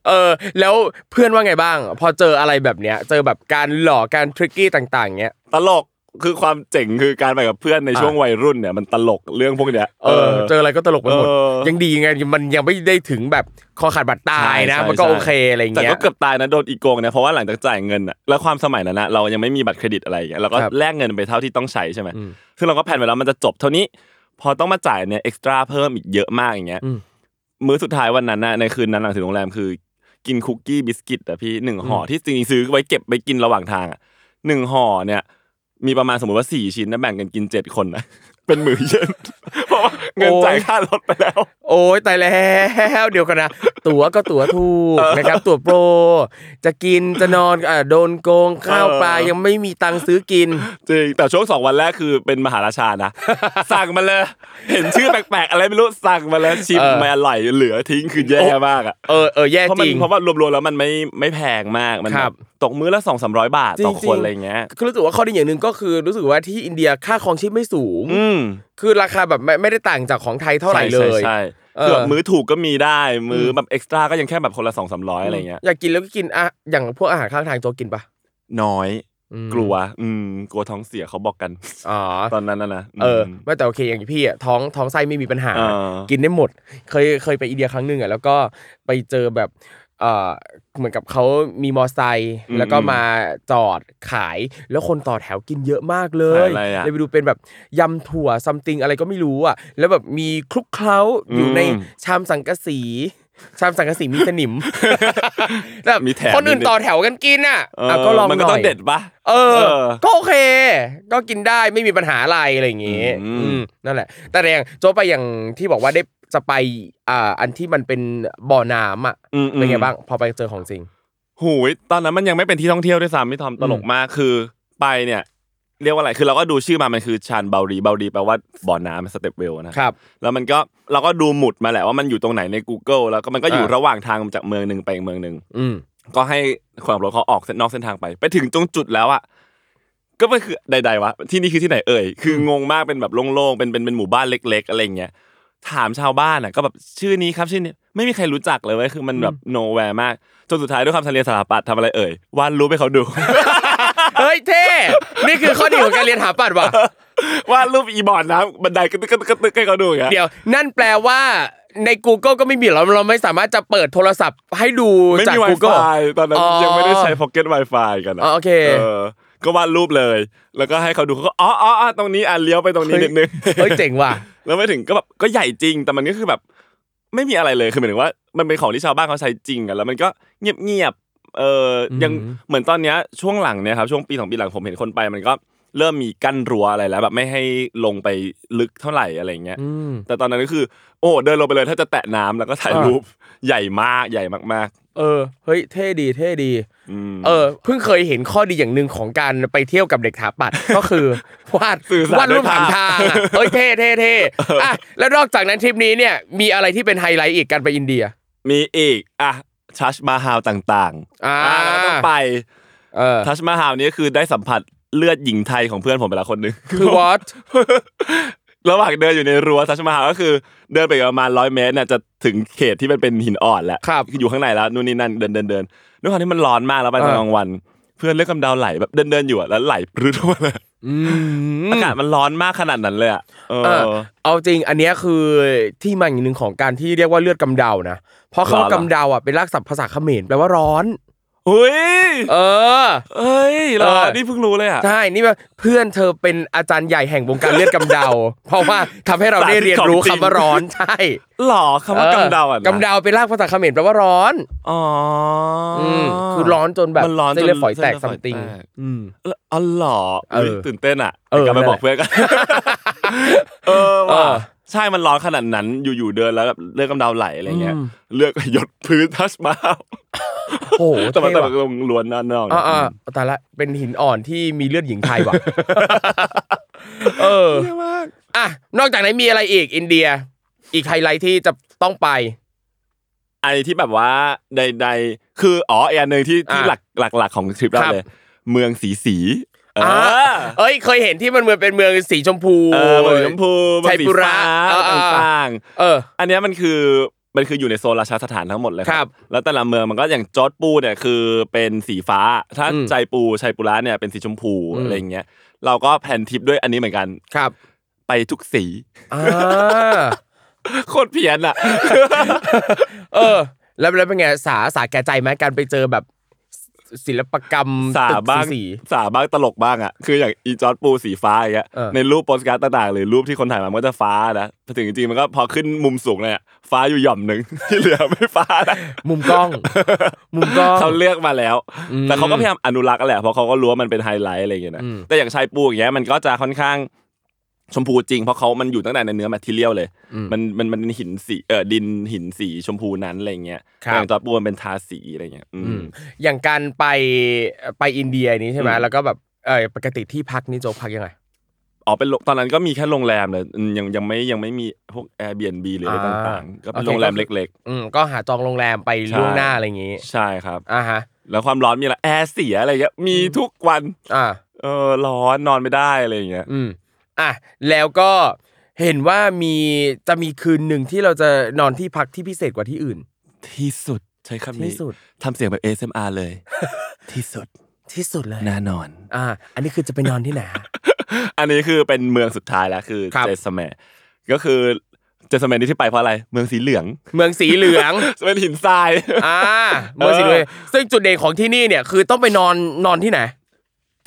Speaker 2: เออ แล้วเพื่อนว่าไงบ้าง พอเจออะไรแบบเนี้ย เจอแบบการหลอกการทริกกี้ต่าง ๆเนี้ย
Speaker 3: ตลกคือความเจ๋งคือการไปกับเพื่อนในช่วงวัยรุ่นเนี่ยมันตลกเรื่องพวกเนี้ย
Speaker 2: เออเจออะไรก็ตลกไปหมด
Speaker 3: เออ
Speaker 2: ยังดีไงมันยังไม่ได้ถึงแบบคอขาดบาดตายนะ
Speaker 3: ใช่
Speaker 2: มันก็
Speaker 3: ใช่
Speaker 2: โอเคอะไรอย่าง
Speaker 3: แต่
Speaker 2: เงี้ย
Speaker 3: ก็เกือบตายนะโดนอีกโกงเนี่ยเพราะว่าหลังจากจ่ายเงินอะแล้วความสมัยนั้นนะเรายังไม่มีบัตรเครดิตอะไรอย่างเงี้ยเราก็
Speaker 2: ครับ
Speaker 3: แลกเงินไปเท่าที่ต้องใช้ใช่ไหม
Speaker 2: อืม
Speaker 3: ซึ่งเราก็แผนไว้แล้วมันจะจบเท่านี้ พอต้องมาจ่ายเนี่ยเอ็กซ์ตร้าเพิ่มอีกเยอะมากอย่างเงี้ย
Speaker 2: อืม
Speaker 3: มื้อสุดท้ายวันนั้นนะในคืนนั้นหลังถึงโรงแรมคือ กินคุกกี้บิสกิตอะพี่หนึ่งห่ออที่จริงๆซื้อไว้เก็บไปกินระหว่างทางอะหนึ่งห่อเนี่ย มีประมาณสมมติว่า <laughs> สี่ชิ้นนะแบ่งกันกินเจ็ดคนนะเป็นมื้อเย็นเพราะว่าเงิน
Speaker 2: โอ้ย
Speaker 3: จ่ายค่ารถไปแล้ว
Speaker 2: โอ้ยตายแล้วเดี๋ยวกันนะตั๋วก็ตั๋วถูกนะครับตั๋วโปร จะกินจะนอนอ่ะโดนโกงข้าวปลายังไม่มีตังค์ซื้อกิน
Speaker 3: จริงแต่ช่วงสองวันแรกคือเป็นมหาราชานะ
Speaker 2: <laughs>
Speaker 3: สั่งมาเลย เห็นชื่อแปลกๆ อะไรไม่รู้สั่งมาเลยชิม
Speaker 2: เออ
Speaker 3: ไม่อร่อยเหลือทิ้งคือแย่มากอ่ะ
Speaker 2: เออเออแย่
Speaker 3: เพราะ
Speaker 2: จ
Speaker 3: มัน
Speaker 2: ริง
Speaker 3: เพราะว่ารวมๆแล้วมันไม่ไม่แพงมากมัน
Speaker 2: ครับ
Speaker 3: แบบตกมื้อละสองสามร้อยบาทต่อ
Speaker 2: จริ
Speaker 3: ค
Speaker 2: ง
Speaker 3: น
Speaker 2: ๆ
Speaker 3: อะไรเงี้ย
Speaker 2: คือรู้สึกว่าข้อดีอย่างหนึ่งก็คือรู้สึกว่าที่อินเดียค่าครองชีพไม่สูง
Speaker 3: อืม
Speaker 2: คือราคาแบบไม่ไม่ได้ต่างจากของไทยเท่าไหร่เลย
Speaker 3: ใช่ใช่
Speaker 2: เออ
Speaker 3: คือแบบมื้อถูกก็มีได้มื้อแบบเอ็กซ์ตร้าก็ยังแค่แบบคนละสองสามร้อยอะไรเงี้ย
Speaker 2: อยากกินแล้วก็กินอะอย่างพวกอาหารข้างทางโจกินปะ
Speaker 3: น้อย
Speaker 2: อืม
Speaker 3: กลัว อืมกลัวท้องเสียเขาบอกกัน
Speaker 2: อ๋อ
Speaker 3: ตอนนั้นน่ะนะ
Speaker 2: เออ
Speaker 3: ม
Speaker 2: ไม่แต่โอเคอย่างพี่อ่ะท้องท้องไส้ไม่มีปัญหา
Speaker 3: อ่า
Speaker 2: กินได้หมด เคยเคยไปอินเดียครั้งหนึ่งอ่ะแล้วก็ไปเจอแบบเออเหมือนกับเขามีมอไซค์
Speaker 3: อืม
Speaker 2: แล้วก็มาจอดขายแล้วคนต่อแถวกินเยอะมากเล
Speaker 3: ขาย ยอะไรอ่ะ
Speaker 2: เลยไปดูเป็นแบบยำถั่วซัมติงอะไรก็ไม่รู้อ่ะแล้วแบบมีคลุกเคล้าอยู่
Speaker 3: อืม
Speaker 2: ในชามสังกะสี ชามสังกะสีมีสนิ
Speaker 3: <laughs>
Speaker 2: ม แบบ
Speaker 3: มีแถม
Speaker 2: คนอื่น
Speaker 3: นิดๆ
Speaker 2: ต่อแถวกันกินอ่ะ
Speaker 3: เออ
Speaker 2: อ่ะก็ลองหน่อย
Speaker 3: มันก็ต้องเด็ดปะ
Speaker 2: เออ
Speaker 3: เออ
Speaker 2: ก็โอเค ก็กินได้ไม่มีปัญหาอะไรอะไรอย่างงี้
Speaker 3: อืม
Speaker 2: อืมนั่นแหละ แต่อย่างโจไปอย่างที่บอกว่าได้จะไปอ่าอันที่มันเป็นบ่อน้ำอ่ะ
Speaker 3: อืมอืม
Speaker 2: เป็นไงบ้าง พอไปเจอของจริง
Speaker 3: หูยตอนนั้นมันยังไม่เป็นที่ท่องเที่ยวด้วยซ้ำพี่ทอมตลกมากคือไปเนี่ย เรียกว่าอะไรคือเราก็ดูชื่อมามันคือชานเบารีเบารีแปลว่าบ่อน้ำสเตปเวล
Speaker 2: ค
Speaker 3: นะครับ
Speaker 2: รับ
Speaker 3: แล้วมันก็เราก็ดูหมุดมาแหละว่ามันอยู่ตรงไหนใน Google แล้วก็มันก็อยู่
Speaker 2: อ่า
Speaker 3: ระหว่างทางจากเมืองหนึ่งไปอีกเมืองหนึ่ง
Speaker 2: อืม
Speaker 3: ก็ให้คนขับรถเขาออกเส้นนอกเส้นทางไป ไปถึงตรงจุดแล้วอ่ะก็มันคือใด ๆวะที่นี่คือที่ไหนเอ่ยคืองงมากเป็นแบบโล่งๆเป็นเป็นเป็นหมู่บ้านเล็ก ๆ อะไรอย่างเงี้ยถามชาวบ้านอ่ะก็แบบชื่อนี้ครับชื่อนี้ไม่มีใครรู้จักเลยเว้ยคือมันแบบโนแวร์มากจนสุดท้ายด้วยคำทะเลสารปัดทำอะไรเอ่ยวาดรูปให้เขาดู
Speaker 2: เฮ้ยเท่ นี่คือข้อดีของการเรียนหาปัดว่ะ
Speaker 3: วาดรูปอีบอร์ดน้ำบันไดกึกกึกกึกกึกให้เขาดูอย่างเงี้ย
Speaker 2: เดี๋ยว นั่นแปลว่าใน Google ก็ไม่มีเราเราไม่สามารถจะเปิดโทรศัพท์ให้ดู
Speaker 3: ไม่
Speaker 2: จาก
Speaker 3: มี
Speaker 2: Google
Speaker 3: Wi-Fi ตอนนั้น
Speaker 2: อ๋อ
Speaker 3: ยังไม่ได้ใช้พ็อกเก็ต Wi-Fi กันอะ
Speaker 2: อ๋อโอเค
Speaker 3: เออก็วาดรูปเลย แล้วก็ให้เขาดูเขาก็อ๋ออ๋ออ๋อตรงนี้อ่ะเลี้ยวไปตรงนี้นิดนึง
Speaker 2: เฮ้ยเจ๋งว่ะ
Speaker 3: แล้วไปถึงก็แบบก็ใหญ่จริง แต่มันก็คือแบบ ไม่มีอะไรเลยคือหมายถึงว่ามันเป็นของที่ชาวบ้านเขาใช้จริงอะแล้วมันก็เงียบเงียบๆเอออ
Speaker 2: ม
Speaker 3: ยังเหมือนตอนเนี้ยช่วงหลังเนี่ยครับช่วงปีสองปีหลังผมเห็นคนไป มันก็เริ่มมีกั้นรั้วอะไรแล้ว แบบไม่ให้ลงไปลึกเท่าไหร่อะไรอย่างเงี้ย
Speaker 2: อืม
Speaker 3: แต่ตอนนั้นก็คือ โอ้เดินลงไปเลยถ้าจะแตะน้ำแล้วก็ถ่าย
Speaker 2: อ่ารู
Speaker 3: รูปใหญ่มากใหญ่มาก
Speaker 2: เออเฮ้ยเท่ดีเท่ดี
Speaker 3: ๆอืม
Speaker 2: เออเพิ่งเคยเห็นข้อดีอย่างหนึ่งของการไปเที่ยวกับเด็กถาปัด ก็คือ <laughs> วาด
Speaker 3: สื่อสาร
Speaker 2: วาดรูป
Speaker 3: ด้วย
Speaker 2: ผ่าน
Speaker 3: ภา
Speaker 2: ทา
Speaker 3: พ
Speaker 2: งอะเอ้ยเท่เท่เท่อ่ะแล้วนอกจากนั้นทริปนี้เนี่ยมีอะไรที่เป็นไฮไลท์อีกการไปอินเดีย
Speaker 3: มีอีกอ่ะทัชมาฮาวต่าง
Speaker 2: อ่า
Speaker 3: ๆอ่ะเราก็ต้องไป
Speaker 2: เออ
Speaker 3: ทัชมาฮาวนี้คือได้สัมผัสเลือดหญิงไทยของเพื่อนผมไปละคนหนึง
Speaker 2: คือ what
Speaker 3: <laughs> ระหว่างเดินอยู่ในรั้วทัชมาฮาวก็คือ เดินไปประมาณร้อยเมตรน่ะจะถึงเขตที่มันเป็นหินอ่อนแล้ว
Speaker 2: ครับ
Speaker 3: ออยู่ข้างในแล้วนู่นนี่นั่นเดินเดินเดินด้วยความที่มันร้อนมากแล้วไปตอน
Speaker 2: อ่า
Speaker 3: กลางวัน เพื่อนเลือดกำเดาไหลแบบเดินเดินอยู่อะแล้วไหลปรื้ดออกมาเลย
Speaker 2: อืม
Speaker 3: อากาศมันร้อนมากขนาดนั้นเลยอะเอ
Speaker 2: เออ
Speaker 3: อ
Speaker 2: เอาจริงอันเนี้ยคือที่มาอย่างหนึ่งของการที่เรียกว่าเลือดกำเดานะเพราะ
Speaker 3: หรอ
Speaker 2: คำว่ากำเดาอ่ะเป็นรากศัพท์ภาษาเขมรแปลว่าร้อน
Speaker 3: เฮ้ย
Speaker 2: เออ
Speaker 3: เอ้ยเหรอ
Speaker 2: เออ
Speaker 3: นี่เพิ่งรู้เลยอ่ะ
Speaker 2: ใช่นี่ว่าเพื่อนเธอเป็นอาจารย์ใหญ่แห่งวงการเลือดกำเดา <laughs> เพราะว่าทำให้เราได้เรียนรู้คำว่าร้อนใช่
Speaker 3: หรอคำว่ากำเดาอ่ะนะ
Speaker 2: กำเดาเป็นรากภาษาเขมรแปลว่าร้อน
Speaker 3: อ๋ออ
Speaker 2: มคือร้อนจนแบบ
Speaker 3: มันร้อนจ
Speaker 2: เส้น
Speaker 3: น
Speaker 2: เลือดฝอยแตก
Speaker 3: เส้น
Speaker 2: ซัม
Speaker 3: เลืดฝอย
Speaker 2: ติง
Speaker 3: แตกอ๋อเหรอ
Speaker 2: เออ
Speaker 3: เฮ้ยตื่นเต้นอ่ะ
Speaker 2: เออก
Speaker 3: ลับไป
Speaker 2: นั่นแหละ
Speaker 3: บอกเพื่อน
Speaker 2: <laughs>
Speaker 3: กัน เออว่ะใช่มันร้อนขนาดนั้นอยู่ๆเดินแล้วแบบเลือดกำเดาไหลอะไรเงี้ยเลือดก็หยดพื้นทัชมา
Speaker 2: โอ้โห
Speaker 3: แต่มัน
Speaker 2: เท่
Speaker 3: แต่มัน
Speaker 2: ว่ะ
Speaker 3: ลงล้วนนั่นนอก
Speaker 2: อ่าอ่าแต่ละเป็นหินอ่อนที่มีเลือดหญิงไทย
Speaker 3: <laughs>
Speaker 2: ว่ะ เออ
Speaker 3: เยอะมาก
Speaker 2: อ่ะนอกจากนั้นมีอะไรอีกอินเดีย อีกไฮไลท์ที่จะต้องไป
Speaker 3: ไอ้ที่แบบว่าใด ๆ คืออ๋ออีกอันหนึ่งที่ที่
Speaker 2: อ่ะ
Speaker 3: หลักหลักๆของทริปเรา
Speaker 2: ครับ
Speaker 3: เลย เมืองสีสีๆเอออ
Speaker 2: ะ เอ้ยเคยเห็นที่มันเหมือนเป็นเมืองสีชมพู
Speaker 3: เออมันสีชมพูมัน
Speaker 2: ชัย
Speaker 3: สี
Speaker 2: ปุระ
Speaker 3: ฟ้า
Speaker 2: เออเออ
Speaker 3: ต่าง
Speaker 2: เออ
Speaker 3: ๆ อันเนี้ยมันคือมันคืออยู่ในโซนราชาสถานทั้งหมดเลย
Speaker 2: ครับ
Speaker 3: แล้วแต่ละเมืองมันก็อย่างจอร์ดปูเนี่ยคือเป็นสีฟ้า ถ้า
Speaker 2: อืม
Speaker 3: ใจปูชัยปุระเนี่ยเป็นสีชมพู
Speaker 2: อืม
Speaker 3: อะไรอย่างเงี้ย เราก็แพลนทริปด้วยอันนี้เหมือนกัน
Speaker 2: ครับ
Speaker 3: ไปทุกสี <laughs>
Speaker 2: อ่า
Speaker 3: โคตรเพี้ยนอ่ะ
Speaker 2: เออ แล้วแล้วเป็นไงสาสาแก่ใจไหมการไปเจอแบบศิลปกรรม
Speaker 3: สา
Speaker 2: ตึก
Speaker 3: บ้าง
Speaker 2: สี
Speaker 3: สาบ้างตลกบ้างอ่ะ คืออย่างอีจอร์ดปูสีฟ้าอย่างเงี้ย
Speaker 2: เออ
Speaker 3: ในรูปโปสการ์ดต่างๆ หรือรูปที่คนถ่ายมามันก็จะฟ้านะพอถึงจริงๆมันก็พอขึ้นมุมสูงเลยอะฟ้าอยู่หย่อมหนึ่ง <laughs> ที่เหลือไม่ฟ้านะ
Speaker 2: มุมก
Speaker 3: <laughs>
Speaker 2: ล้อง มุมกล้อง
Speaker 3: เขาเลือกมาแล้ว
Speaker 2: อืม
Speaker 3: แต่เขาก็พยายามอนุรักษ์แหละเพราะเขาก็รู้ว่ามันเป็นไฮไลท์อะไรอย่างเงี้ยนะ
Speaker 2: อืม
Speaker 3: แต่อย่างชายปูอย่างเงี้ยมันก็จะค่อนข้าง ชมพูจริงเพราะเขามันอยู่ตั้งแต่ในเนื้อแมทเทียลเลย
Speaker 2: อืม
Speaker 3: มันมันมันหินสีเออดินหินสีชมพูนั้นอะไรเงี้ย
Speaker 2: ครับ
Speaker 3: อย่างตัวปูมันเป็นทาสีอะไรเงี้ยอืม
Speaker 2: อืมอย่างการไปไปอินเดียนี้ใช่ไหม
Speaker 3: อืม
Speaker 2: แล้วก็แบบเออปกติที่พักนี่โจกพักยังไง
Speaker 3: อ๋อเป็นโรงตอนนั้นก็มีแค่โรงแรมเลยอืมยังยังไม่ยังไม่มีพวก Airbnb หรืออะไร
Speaker 2: อ่า
Speaker 3: ต่างๆ ก็เป็น
Speaker 2: โอเค
Speaker 3: โรงแรม
Speaker 2: ก็คือ
Speaker 3: เล็ก
Speaker 2: อืมก็หาจองโรงแรมไป
Speaker 3: ใช่
Speaker 2: ล่วงหน้าอะไรอย่างงี้
Speaker 3: ๆ ใช่ครับ
Speaker 2: อ่าฮะ
Speaker 3: แล้วความร้อนมีอะไรแอร์เสียอะไรเงี้ยมีทุกวัน
Speaker 2: อ่า
Speaker 3: เออร้อนนอนไม่ได้อะไรเงี้ย
Speaker 2: อืมอ่ะแล้วก็เห็นว่ามีจะมีคืนหนึ่งที่เราจะนอนที่พักที่พิเศษกว่าที่อื่น
Speaker 3: ที่สุดใช้คำนี้
Speaker 2: ที่สุด
Speaker 3: ทำเสียงแบบ ASMR เลย ที่สุด
Speaker 2: ที่สุดเลย
Speaker 3: แน่นอน
Speaker 2: อ่า อันนี้คือจะไปนอนที่ไหนฮะ
Speaker 3: อันนี้คือเป็นเมืองสุดท้ายแล้วคือ
Speaker 2: ครับ
Speaker 3: เจสแมร์ก็คือเจสแมร์นี่ที่ไปเพราะอะไร เมืองสีเหลือง
Speaker 2: เมืองสีเหลือง
Speaker 3: เป็นหินทราย
Speaker 2: อ่าเมืองสีเหลืองซึ่งจุดเด่นของที่นี่เนี่ยคือต้องไปนอนนอนที่ไหน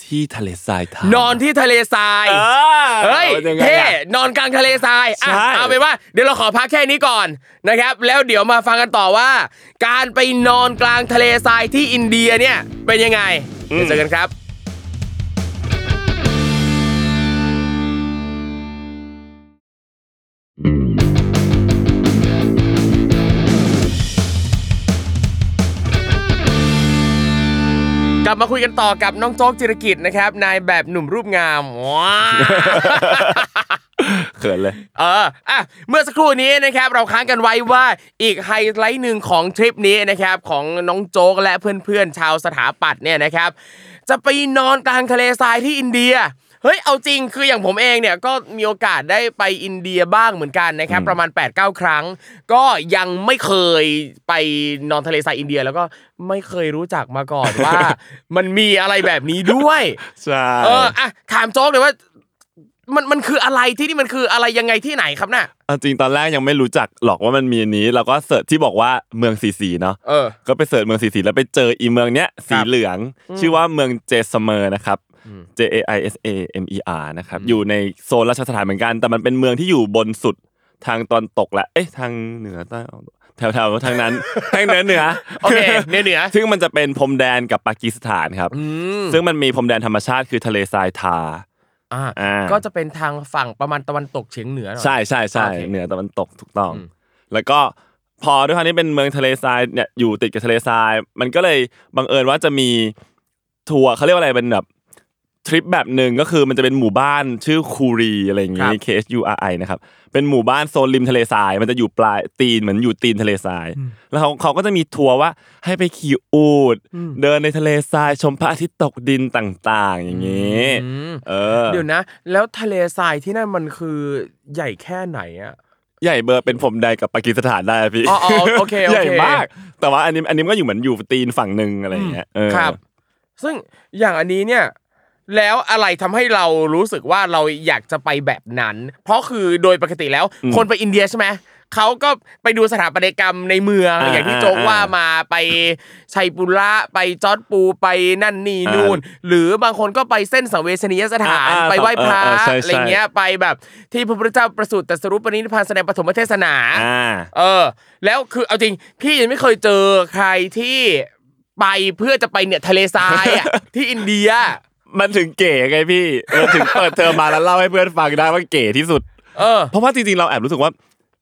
Speaker 3: ที่ทะเลทรายไทย
Speaker 2: นอนที่ทะเลทราย
Speaker 3: เออ
Speaker 2: เฮ้ย
Speaker 3: ป็นงไง
Speaker 2: เท่
Speaker 3: อะ
Speaker 2: นอนกลางทะเลทรายอ่ะ
Speaker 3: ใช่
Speaker 2: เอาเป็นว่าเดี๋ยวเราขอพักแค่นี้ก่อนนะครับ แล้วเดี๋ยวมาฟังกันต่อว่า การไปนอนกลางทะเลทรายที่อินเดียเนี่ยเป็นยังไงเดี๋ยวเจอกันครับ กลับมาคุยกันต่อกับน้องโจ๊กจิรกิจนะครับนายแบบหนุ่มรูปงามว้าว
Speaker 3: เขินเลย
Speaker 2: เอออ่ะเมื่อสักครู่นี้นะครับเราค้างกันไว้ว่าอีกไฮไลท์หนึ่งของทริปนี้นะครับของน้องโจ๊กและเพื่อนๆชาวสถาปัตย์เนี่ยนะครับ จะไปนอนกลางทะเลทรายที่อินเดีย เฮ้ยเอาจริงคืออย่างผมเองเนี่ยก็มีโอกาสได้ไปอินเดียบ้างเหมือนกันนะครับประมาณ 8-9 ครั้ง ก็ยังไม่เคยไปนอนทะเลทรายอินเดียแล้วก็ไม่เคยรู้จักมาก่อนว่า มันมีอะไรแบบนี้ด้วย
Speaker 3: ใช่
Speaker 2: เอออ่ะถามโจ๊กเลยว่า มันมันคืออะไรที่นี่มันคืออะไรยังไงที่ไหนครับน่ะ
Speaker 3: เอาจริงตอนแรกยังไม่รู้จักหรอกว่ามันมีอันนี้ เราก็เสิร์ชที่บอกว่าเมืองสีสีเนาะ
Speaker 2: เออ
Speaker 3: ก็ไปเสิร์ชเมืองสีสีแล้วไปเจออีเมืองเนี้ยสีเหลือง ชื่อว่าเมืองเจสเมอร์นะครับ J A I S A M E R นะครับอยู่ในโซนราชสถานเหมือนกัน แต่มันเป็นเมืองที่อยู่บนสุดทางตอนตกและเอ๊ะทางเหนือใต้ออกตกแถวๆทางนั้น
Speaker 2: <laughs>
Speaker 3: ทางเหนือเหนือ
Speaker 2: โอเคเหนือเหนือ
Speaker 3: <laughs> ซึ่งมันจะเป็นพรมแดนกับปากีสถานครับ
Speaker 2: อืม
Speaker 3: ซึ่งมันมีพรมแดนธรรมชาติคือทะเลทรายทา
Speaker 2: อ่า
Speaker 3: อ่า
Speaker 2: ก็จะเป็นทางฝั่งประมาณตะวันตกเฉียงเหนือหน่อย
Speaker 3: ใช่ใช่ใช่
Speaker 2: โอเค
Speaker 3: เหนือตะวันตกถูกต้อง
Speaker 2: อืม
Speaker 3: แล้วก็พอด้วยความที่เป็นเมืองทะเลทรายเนี่ยอยู่ติดกับทะเลทราย มันก็เลยบังเอิญว่าจะมีทัวร์เขาเรียกว่าอะไรเป็นแบบทริปแบบหนึ่งก็คือมันจะเป็นหมู่บ้านชื่อคูรีอะไรอย่าง
Speaker 2: ครั
Speaker 3: งี้
Speaker 2: บ
Speaker 3: K H U R I นะครับเป็นหมู่บ้านโซนริมทะเลทราย มันจะอยู่ปลายตีนเหมือนอยู่ตีนทะเลทราย แล้วเขาเขาก็จะมีทัวร์ว่าให้ไปขี่อูดเดินในทะเลทรายชมพระอาทิตย์ตกดินต่างๆ อย่างงี้
Speaker 2: อืม
Speaker 3: เออ
Speaker 2: เดี๋ยวนะ แล้วทะเลทรายที่นั่นมันคือใหญ่แค่ไหนอะ
Speaker 3: ใหญ่เบอร์เป็นผมใดกับปากีสถานได้อะพี่
Speaker 2: อ๋ออ๋อโอเคโอเค
Speaker 3: <laughs> ใหญ่มาก แต่ว่าอันนี้อันนี้มันก็อยู่เหมือนอยู่ตีนฝั่งหนึ่งอะไรอย่างเงี้ยเออ
Speaker 2: ครับ ซึ่งอย่างอันนี้เนี่ย แล้วอะไรทำให้เรารู้สึกว่าเราอยากจะไปแบบนั้น เพราะคือโดยปกติแล้ว คนไปอินเดียใช่ไหมเขาก็ไปดูสถาปัตยกรรมในเมืองอย่างที่โจ๊กว่ามาไปชัยปุระไปจอร์ดปูไปนั่นนี่นู่น หรือบางคนก็ไปเส้นสังเวชนียสถานไปไหว้พระอะไรเงี้ยไปแบบที่พระพุทธเจ้าประสูติตรัสรู้ปรินิพพานแสดงปฐมเทศนา
Speaker 3: อ่า
Speaker 2: เออ แล้วคือเอาจริง พี่ยังไม่เคยเจอใครที่ไปเพื่อจะไปเนี่ยทะเลทราย
Speaker 3: <laughs>
Speaker 2: อ่ะ ที่อินเดีย
Speaker 3: มันถึงเก๋ไงพี่มันถึงเปิดเทอมมาแล้วเล่าให้เพื่อนฟังได้ว่าเก๋ที่สุด
Speaker 2: เออ
Speaker 3: เพราะว่าจริงๆเราแอบรู้สึกว่า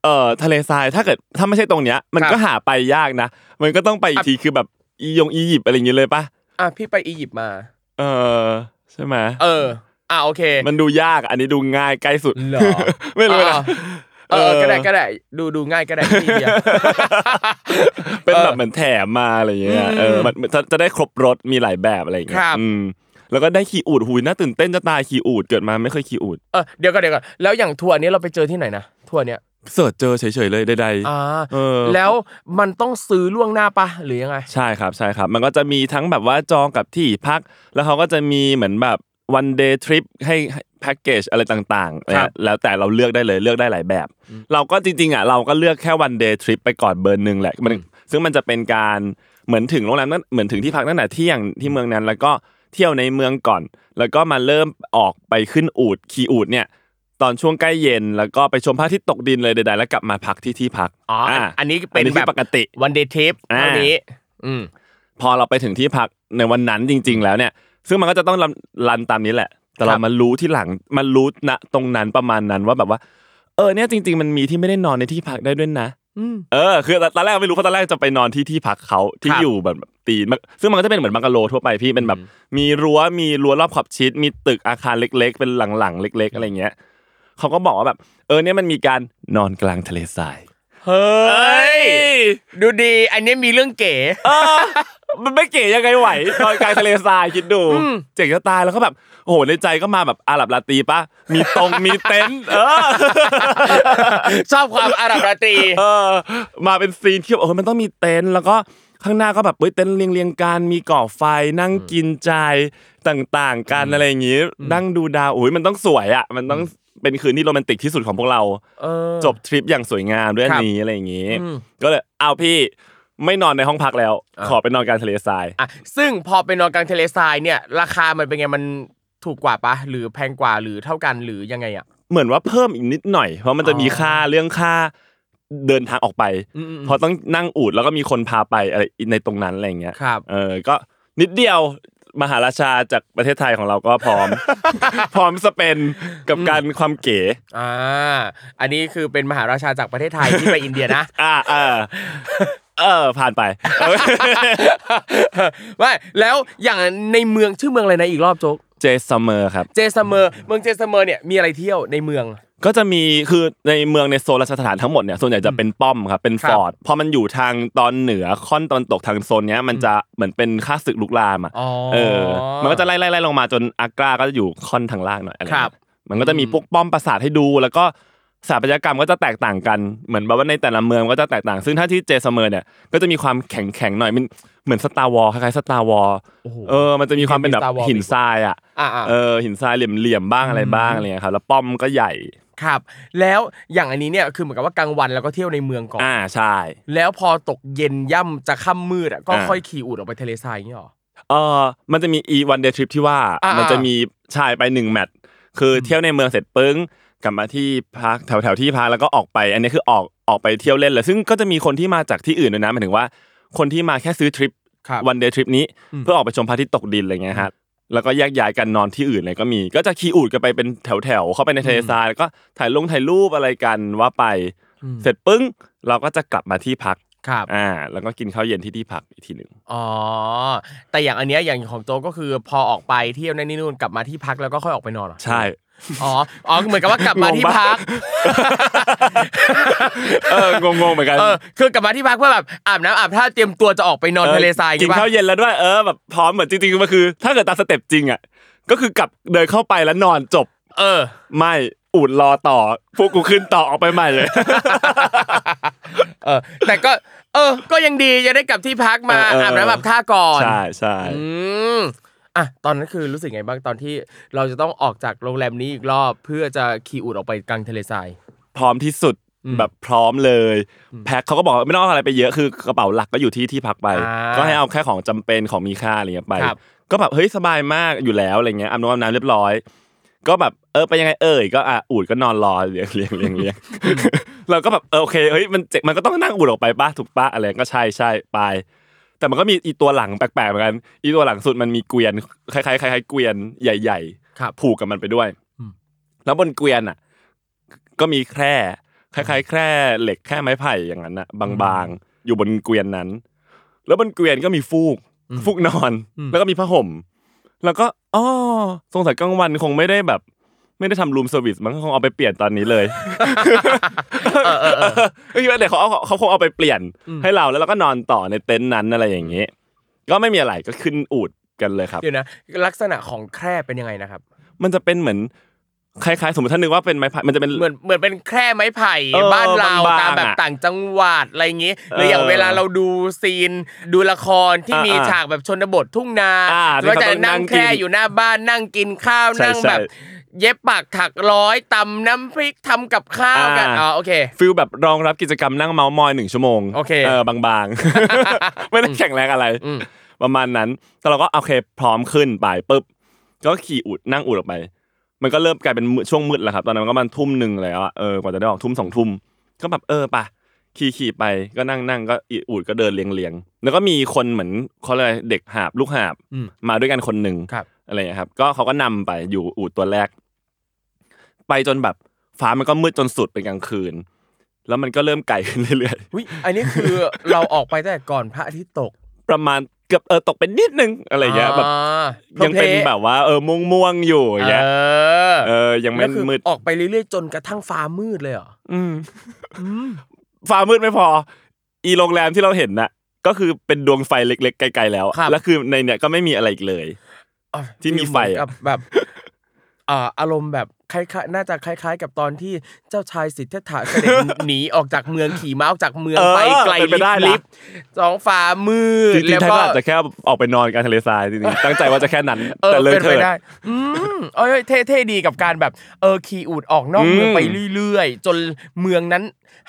Speaker 3: เอ่อทะเลทรายถ้าเกิดถ้าไม่ใช่ตรงเนี้ย มัน
Speaker 2: ครับ
Speaker 3: ก็หาไปยากนะ มันก็ต้องไปอี
Speaker 2: ครั
Speaker 3: ก
Speaker 2: บ
Speaker 3: ทีคือแบบอียงอียิปต์อะไรอย่างเงี้ยเลยปะ
Speaker 2: อ่ะพี่ไปอียิปต์มา
Speaker 3: เออใช่ไหม
Speaker 2: เออ อ่ะโอเค
Speaker 3: มันดูยากอันนี้ดูง่ายใกล้สุด
Speaker 2: เหรอ
Speaker 3: <laughs> ไม่รู้นะ
Speaker 2: อ่ะเออ ก็ได้ก็ได้ดูดูง่ายก็ได้ที่อินเดีย
Speaker 3: <laughs> เป็นแบ
Speaker 2: เอบ อ
Speaker 3: เหมือนแถมมาอะไรอย่างเงี้
Speaker 2: อื
Speaker 3: ย
Speaker 2: ม
Speaker 3: เออ มันมันจะจะได้ครบรถมีหลายแบบอะไรอย่างเงี้
Speaker 2: ค
Speaker 3: ย
Speaker 2: รับ
Speaker 3: อืมแล้วก็ได้ขี่อูดหูยน่าตื่นเต้นจะตายขี่อูดเกิดมาไม่เคยขี่อูด
Speaker 2: เออเดี๋ยวก่อนเดี๋ยวก่อนแล้วอย่างทัวร์เนี้ยเราไปเจอที่ไหนนะทัวร์เนี้ย
Speaker 3: เสิร์ชเจอเฉยๆเลยใด
Speaker 2: อ่า
Speaker 3: ๆเออ
Speaker 2: แล้วมันต้องซื้อล่วงหน้าปะหรือยังไง
Speaker 3: ใช่ครับใช่ครับ มันก็จะมีทั้งแบบว่าจองกับที่พัก แล้วเขาก็จะมีเหมือนแบบ one day trip ให้แพ็กเกจอะไรต่างๆ
Speaker 2: ครับ
Speaker 3: นะแล้วแต่เราเลือกได้เลยเลือกได้หลายแบบ เราก็จริงๆอ่ะเราก็เลือกแค่ one day trip ไปก่อนเบอร์หนึ่งแหละมันซึ่งมันจะเป็นการเหมือนถึงโรงแรมนั้นเหมือนถึงที่พักตั้งแต่เที่ยงที่เมืองนั้น แล้วก็เที่ยวในเมืองก่อน แล้วก็มาเริ่มออกไปขึ้นอูดขี่อูดเนี่ย ตอนช่วงใกล้เย็นแล้วก็ไปชมพระอาทิตย์ตกดินเลยใดๆแล้วกลับมาพักที่ที่พัก
Speaker 2: อ๋ออันอันนี้เป็น
Speaker 3: อั
Speaker 2: แบบ
Speaker 3: ที่ปกติ
Speaker 2: วันเดย์ทริป
Speaker 3: อ่า
Speaker 2: เท่านี้ อืม
Speaker 3: พอเราไปถึงที่พักในวันนั้นจริง ๆ แล้วเนี่ย ซึ่งมันก็จะต้องรันรันตามนี้แหละ แต่เรามารู้ที่หลังมันรู้ณตรงนั้นประมาณนั้นว่าแบบว่า เออเนี่ยจริง ๆ มันมีที่ไม่ได้นอนในที่พักได้ด้วยนะ
Speaker 2: อืม
Speaker 3: เออคือตอนแรกไม่รู้เพราะตอนแรกจะไปนอนที่ที่พักเขาที่
Speaker 2: ครับ
Speaker 3: อยู่แบบตีนมันซึ่งมันก็จะเป็นเหมือนบังกะโลทั่วไปพี่เป็นแบบ
Speaker 2: อืม
Speaker 3: มีรั้วมีรั้วรอบขอบชิด มีตึกอาคารเล็ก ๆ เป็นหลังๆเล็ก ๆ อะไรเงี้ยเขาก็บอกว่าแบบ เออเนี่ยมันมีการนอนกลางทะเลทราย
Speaker 2: เฮ้
Speaker 3: เอ้
Speaker 2: ย
Speaker 3: ย
Speaker 2: ดูดี อันนี้มีเรื่องเก๋ <laughs>
Speaker 3: เออมันไม่เก๋ยังไงไหวนอนกลางทะเลทรายคิดดู เจ๋งจะตายแล้วก็แบบโอ้โหในใจก็มาแบบอาหรับลาตีปะมีตรงมีเต็นท์เออ
Speaker 2: ชอบความอาหรับราตรี
Speaker 3: เออมาเป็นซีนที่แบบเออมันต้องมีเต็นท์แล้วก็ข้างหน้าก็แบบเฮ้ยเต็นท์เรียงเรียงๆกันมีก่อไฟนั่งกินใจายต่างๆกันอะไรอย่างงี้นั่งดูดาวโอ้ยมันต้องสวยอ่ะมันต้องเป็นคืนที่โรแมนติกที่สุดของพวกเรา จบทริปอย่างสวยงามด้วยอันนี้อะไรอย่างงี้
Speaker 2: อืม
Speaker 3: ก็เลยเอาพี่ไม่นอนในห้องพักแล้ว ขอไปนอนกลางทะเลทราย
Speaker 2: อ่ะซึ่งพอไปนอนกลางทะเลทรายเนี่ย ราคามันเป็นไง มันถูกกว่าปะ หรือแพงกว่า หรือเท่ากัน หรือยังไงอ่ะ
Speaker 3: เหมือนว่าเพิ่มอีกนิดหน่อย เพราะมันจะมี
Speaker 2: อ๋อ
Speaker 3: ค่าเรื่องค่าเดินทางออกไปเพราะต้องนั่งอูดแล้วก็มีคนพาไปอะไรในตรงนั้นอะไรอย่างเงี้ย
Speaker 2: ครับ
Speaker 3: เออก็นิดเดียวมหาราชาจากประเทศไทยของเราก็พร้อม
Speaker 2: <laughs>
Speaker 3: พร้อมสเปนกับการความเก๋
Speaker 2: อ่า อันนี้คือเป็นมหาราชาจากประเทศไทยที่ <laughs> ไปอินเดียนะ
Speaker 3: อ่าเออเออผ่านไป <laughs> เออ
Speaker 2: ว่าแล้วอย่างในเมืองชื่อเมืองอะไรนะอีกรอบโจ๊ก
Speaker 3: เจสเมอร์ครับ
Speaker 2: เจสเมอร์ เมืองเจสเมอร์เนี่ยมีอะไรเที่ยวในเมือง
Speaker 3: ก็จะมีคือในเมืองในโซนราชสถานทั้งหมดเนี่ยส่วนใหญ่จะเป็นป้อมครับเป็น
Speaker 2: ครั
Speaker 3: ฟ
Speaker 2: บ
Speaker 3: อร์ดพอมันอยู่ทางตอนเหนือค่อนตอนตกทางโซนเนี้ยมันจะเหมือนเป็นค่าศึกลุกลามอ่ะ
Speaker 2: อ๋อ
Speaker 3: เออ มันก็จะไล่ไล่ไล่ลงมาจนอากราก็จะอยู่ค่อนทางล่างหน่อยอะไร
Speaker 2: ค
Speaker 3: เงี้
Speaker 2: รั
Speaker 3: ย
Speaker 2: บ
Speaker 3: มันก็จะมีพวกป้อมปราสาทให้ดู แล้วก็สถาปัตยกรรมก็จะแตกต่างกันเหมือนแบบว่าในแต่ละเมืองก็จะแตกต่าง ซึ่งถ้าที่เจสเมอร์เนี่ยก็จะมีความแข็งแข็งๆหน่อยมันเหมือนสตาร์วอลคล้ายๆสตาร์วอลเออมันจะมีความเป็นแบบ
Speaker 2: Star Wars
Speaker 3: หินทรายอ่ะ
Speaker 2: อ่า
Speaker 3: เออหินทรายเหลี่ยมๆบ้างอะไรบ้างอะไรเงี้ยครับแล้วป้อมก็ใหญ่
Speaker 2: ครับ แล้วอย่างอันนี้เนี่ยคือเหมือนกับว่ากลางวันแล้วก็เที่ยวในเมืองก่อน
Speaker 3: อ่าใช่
Speaker 2: แล้วพอตกเย็นย่ำจะค่ำมืดอ่ะก็
Speaker 3: อ่า
Speaker 2: ค่อยขี่อูดออกไปทะเลทรายอย่างเงี้ยหรอ
Speaker 3: เออมันจะมี e one day trip ที่ว่า
Speaker 2: อ่ามั
Speaker 3: มันจะมีชายไปหนึ่งแมตช์คือเที่ยวในเมืองเสร็จปึ้งกลับมาที่พักแถวแถวๆที่พักแล้วก็ออกไป อันนี้คือออกออกไปเที่ยวเล่นเลยซึ่งก็จะมีคนที่มาจากที่อื่นด้วยนะหมายถึงว่าคนที่มาแค่ซื้อทริป
Speaker 2: ครับ
Speaker 3: one day trip นี้ เพื่อออกไปชมพระอาทิตย์ตกดินอะไรเงี้ยฮะแล้วก็แยกย้ายกันนอนที่อื่นเลยก็มี ก็จะขี่อูดกันไปเป็นแถวแถวๆเข้าไปในทะเลทรายแล้วก็ถ่ายลงถ่ายรูปอะไรกันว่าไป เสร็จปึ้งเราก็จะกลับมาที่พัก
Speaker 2: ครับ
Speaker 3: อ่าแล้วก็กินข้าวเย็นที่ที่พักอีกทีหนึ่ง
Speaker 2: อ๋อแต่อย่างอันเนี้ยอย่างของโจกก็คือพอออกไปเที่ยวนั่นนี่นู่นกลับมาที่พักแล้วก็ค่อยออกไปนอนเหรอ
Speaker 3: ใช่
Speaker 2: อ๋ออ๋อเหมือนกับว่ากลับมาที่พัก
Speaker 3: <laughs> เอองงๆเหมือนกัน
Speaker 2: เออคือกลับมาที่พักเพื่อแบบอาบน้ำอาบท่าเตรียมตัวจะออกไปนอนทะเลทราย
Speaker 3: กิน
Speaker 2: ใช่ปะ
Speaker 3: ข้าวเย็นแล้วด้วยเออแบบพร้อมเหมือนจริงๆมันคือ ถ้าเกิดตามสเต็ปจริงอ่ะก็คือกลับเดินเข้าไปแล้วนอนจบ
Speaker 2: เออ
Speaker 3: ไม่อูดรอต่อพวกกูขึ้นต่อออกไปใหม่เลย
Speaker 2: เออ แต่ก็ เออ ก็ยังดีจะได้กลับที่พักมา
Speaker 3: เออเอออ
Speaker 2: อาบน้ำอาบท่าก่อน
Speaker 3: ใช่ใช่
Speaker 2: อืมอ่ะตอนนั้นคือรู้สึกไงบ้างตอนที่เราจะต้องออกจากโรงแรมนี้อีกรอบเพื่อจะขี่อูดออกไปกลางทะเลทราย
Speaker 3: พร้อมที่สุดแบบพร้อมเลย แพ็คเขาก็บอกว่าไม่ต้องเอาอะไรไปเยอะคือกระเป๋าหลักก็อยู่ที่ที่พักไป
Speaker 2: อ่า
Speaker 3: ก็ให้เอาแค่ของจำเป็นของมีค่าอะไรเงี้ยไป
Speaker 2: ครับ
Speaker 3: ก็แบบเฮ้ยสบายมากอยู่แล้วอะไรเงี้ยอาบน้ำอาบน้ำเรียบร้อย ก็แบบเออไปยังไงเอ่ยก็อ่ะอูดก็นอนรอเลี้ยงเลี้ยงเลี้ยงเลี้ยงเราก็แบบเออโอเคเฮ้ยมันเจ็บมันก็ต้องนั่งอูดออกไปป้าถูกป้าอะไรก็ใช่ใช่ไป แต่มันก็มีอีตัวหลังแปลกๆเหมือนกัน อีตัวหลังสุดมันมีเกวียนคล้ายๆคล้ายๆเกวียนใหญ่
Speaker 2: ครับ
Speaker 3: ๆ ผูกกับมันไปด้วย
Speaker 2: อืม
Speaker 3: แล้วบนเกวียนอ่ะ ก็มีแคร่คล้ายๆ แคร่เหล็กแคร่ไม้ไผ่อย่างนั้นอ่ะบางๆ อยู่บนเกวียนนั้น แล้วบนเกวียนก็มีฟูก ฟูกนอน
Speaker 2: อืม
Speaker 3: แล้วก็มีผ้าห่ม แล้วก็อ๋อสงสัยกลางวันคงไม่ได้แบบ ไม่ได้ทำรูมเซอร์วิสมั้งคงเอาไปเปลี่ยนตอนนี้เลยก็คิดว่าเดี๋ยวเขาเอาเขาคงเอาไปเปลี่ยนให้เราแล้วเราก็นอนต่อในเต็นท์นั้นอะไรอย่างนี้ ก็ไม่มีอะไรก็ขึ้นอูดกันเลยครับ
Speaker 2: เดี๋ยวนะ ลักษณะของแคร่เป็นยังไงนะครับ
Speaker 3: มันจะเป็นเหมือนคล้ายๆ สมมติท่านนึกว่าเป็นไม้ไผ่มันจะเป็น
Speaker 2: เหมือนเหมือนเป็นแคร่ไม้ไผ่
Speaker 3: เออ
Speaker 2: บ้านเรา
Speaker 3: บางๆ
Speaker 2: ตามแบบ
Speaker 3: อะ
Speaker 2: ต่างจังหวัดอะไรอย่างงี้หรือ
Speaker 3: เออ
Speaker 2: อ
Speaker 3: อย่าง
Speaker 2: เวลาเราดูซีนดูละครที่
Speaker 3: อ่า
Speaker 2: มี
Speaker 3: มี
Speaker 2: ฉากแบบชนบททุ่งนา
Speaker 3: อ่า
Speaker 2: ว่าจะ
Speaker 3: ที่เขานั่
Speaker 2: นั่ง
Speaker 3: ง
Speaker 2: แคร่
Speaker 3: กิน
Speaker 2: อยู่หน้าบ้านนั่งกินข้าว
Speaker 3: ใช่
Speaker 2: นั่งแบบ
Speaker 3: ใช่
Speaker 2: เย็บปากถักร้อยตำน้ำพริกทำกับข้าวกัน
Speaker 3: อ่า
Speaker 2: อ๋อโอเค
Speaker 3: ฟิลแบบรองรับกิจกรรมนั่งเมาส์มอยหนึ่งชั่วโมง
Speaker 2: โอเค
Speaker 3: เออบาง
Speaker 2: <laughs>
Speaker 3: ๆ ไม่ได้แข่งแรงอะไร
Speaker 2: อืม
Speaker 3: ประมาณนั้น แต่เราก็โอเคพร้อมขึ้นไปปุ๊บ ก็ขี่อุดนั่งอุดออกไป มันก็เริ่มกลายเป็นมืดช่วงมืดแล้วครับ ตอนนั้นมันก็ประมันทุ่มหนึ่งแล้วอะเออกว่าจะได้ออกทุ่มสองทุ่ม ก็แบบเออป่ะขี่ขี่ไปก็นั่งนั่งก็อีอูดก็เดินเลียงเลียงแล้วก็มีคนเหมือนเขาเลยกอะไรเด็กหาบลูกหาบ
Speaker 2: อืม
Speaker 3: มาด้วยกันคนหนึ่ง
Speaker 2: ครับ
Speaker 3: อะไรอย่างเงี้ยครับ ก็เขาก็นำไปอยู่อู่ตัวแรก ไปจนแบบฟ้ามันก็มืดจนสุดเป็นกลางคืน แล้วมันก็เริ่มไกลขึ้นเรื่อย
Speaker 2: อุ๊ยอันนี้คือ เราออกไปตั้งแต่ก่อนพระอาทิตย์ตก
Speaker 3: ๆ ประมาณเกือบเออตกเป็นนิดนึงอะไรอย่างเงี้ยแบบ
Speaker 2: อ่า
Speaker 3: ยังเป็นแบบว่า เออม่วงๆอยู่อย่างเงี้ย
Speaker 2: เออ
Speaker 3: เออยังไม่
Speaker 2: แล้วคือ
Speaker 3: มืด
Speaker 2: ออกไปเรื่อยๆจนกระทั่งฟ้ามืดเลยเหรอ
Speaker 3: อืม ฟ้ามืดไม่พอ อีโรงแรมที่เราเห็นน่ะ ก็คือเป็นดวงไฟเล็ก ๆ ไกลๆแล้ว แล้วคือในเนี่ยก็ไม่มีอะไรอีกเลย
Speaker 2: อ๋อ
Speaker 3: ที่มีไฟ
Speaker 2: เหอ
Speaker 3: อะ
Speaker 2: นกับแบบอ่าอารมณ์แบบคล้ายๆน่าจะคล้าย ๆ กับตอนที่เจ้าชายสิทธัตถะเสด็จหนีออกจากเมืองขี่ม้าออกจากเมือง
Speaker 3: เออ
Speaker 2: ไปไกล
Speaker 3: เป็นไปได้นะ
Speaker 2: ลิบๆสองฟ้ามืด
Speaker 3: จริง
Speaker 2: แล้ว
Speaker 3: ๆไทย
Speaker 2: ก็
Speaker 3: ก็อาจจะแค่ออกไปนอนกลางทะเลทรายจริงๆตั้งใจว่าจะแค่นั้น
Speaker 2: เออ
Speaker 3: แต่เลย
Speaker 2: เป็น
Speaker 3: เธ
Speaker 2: ไป
Speaker 3: อ
Speaker 2: ได้ อืมเอ้ยเท่เท่ดีกับการแบบ เออขี่อูดออกนอกเมือง
Speaker 3: อืม
Speaker 2: ไปเรื่อยๆ จนเมืองนั้น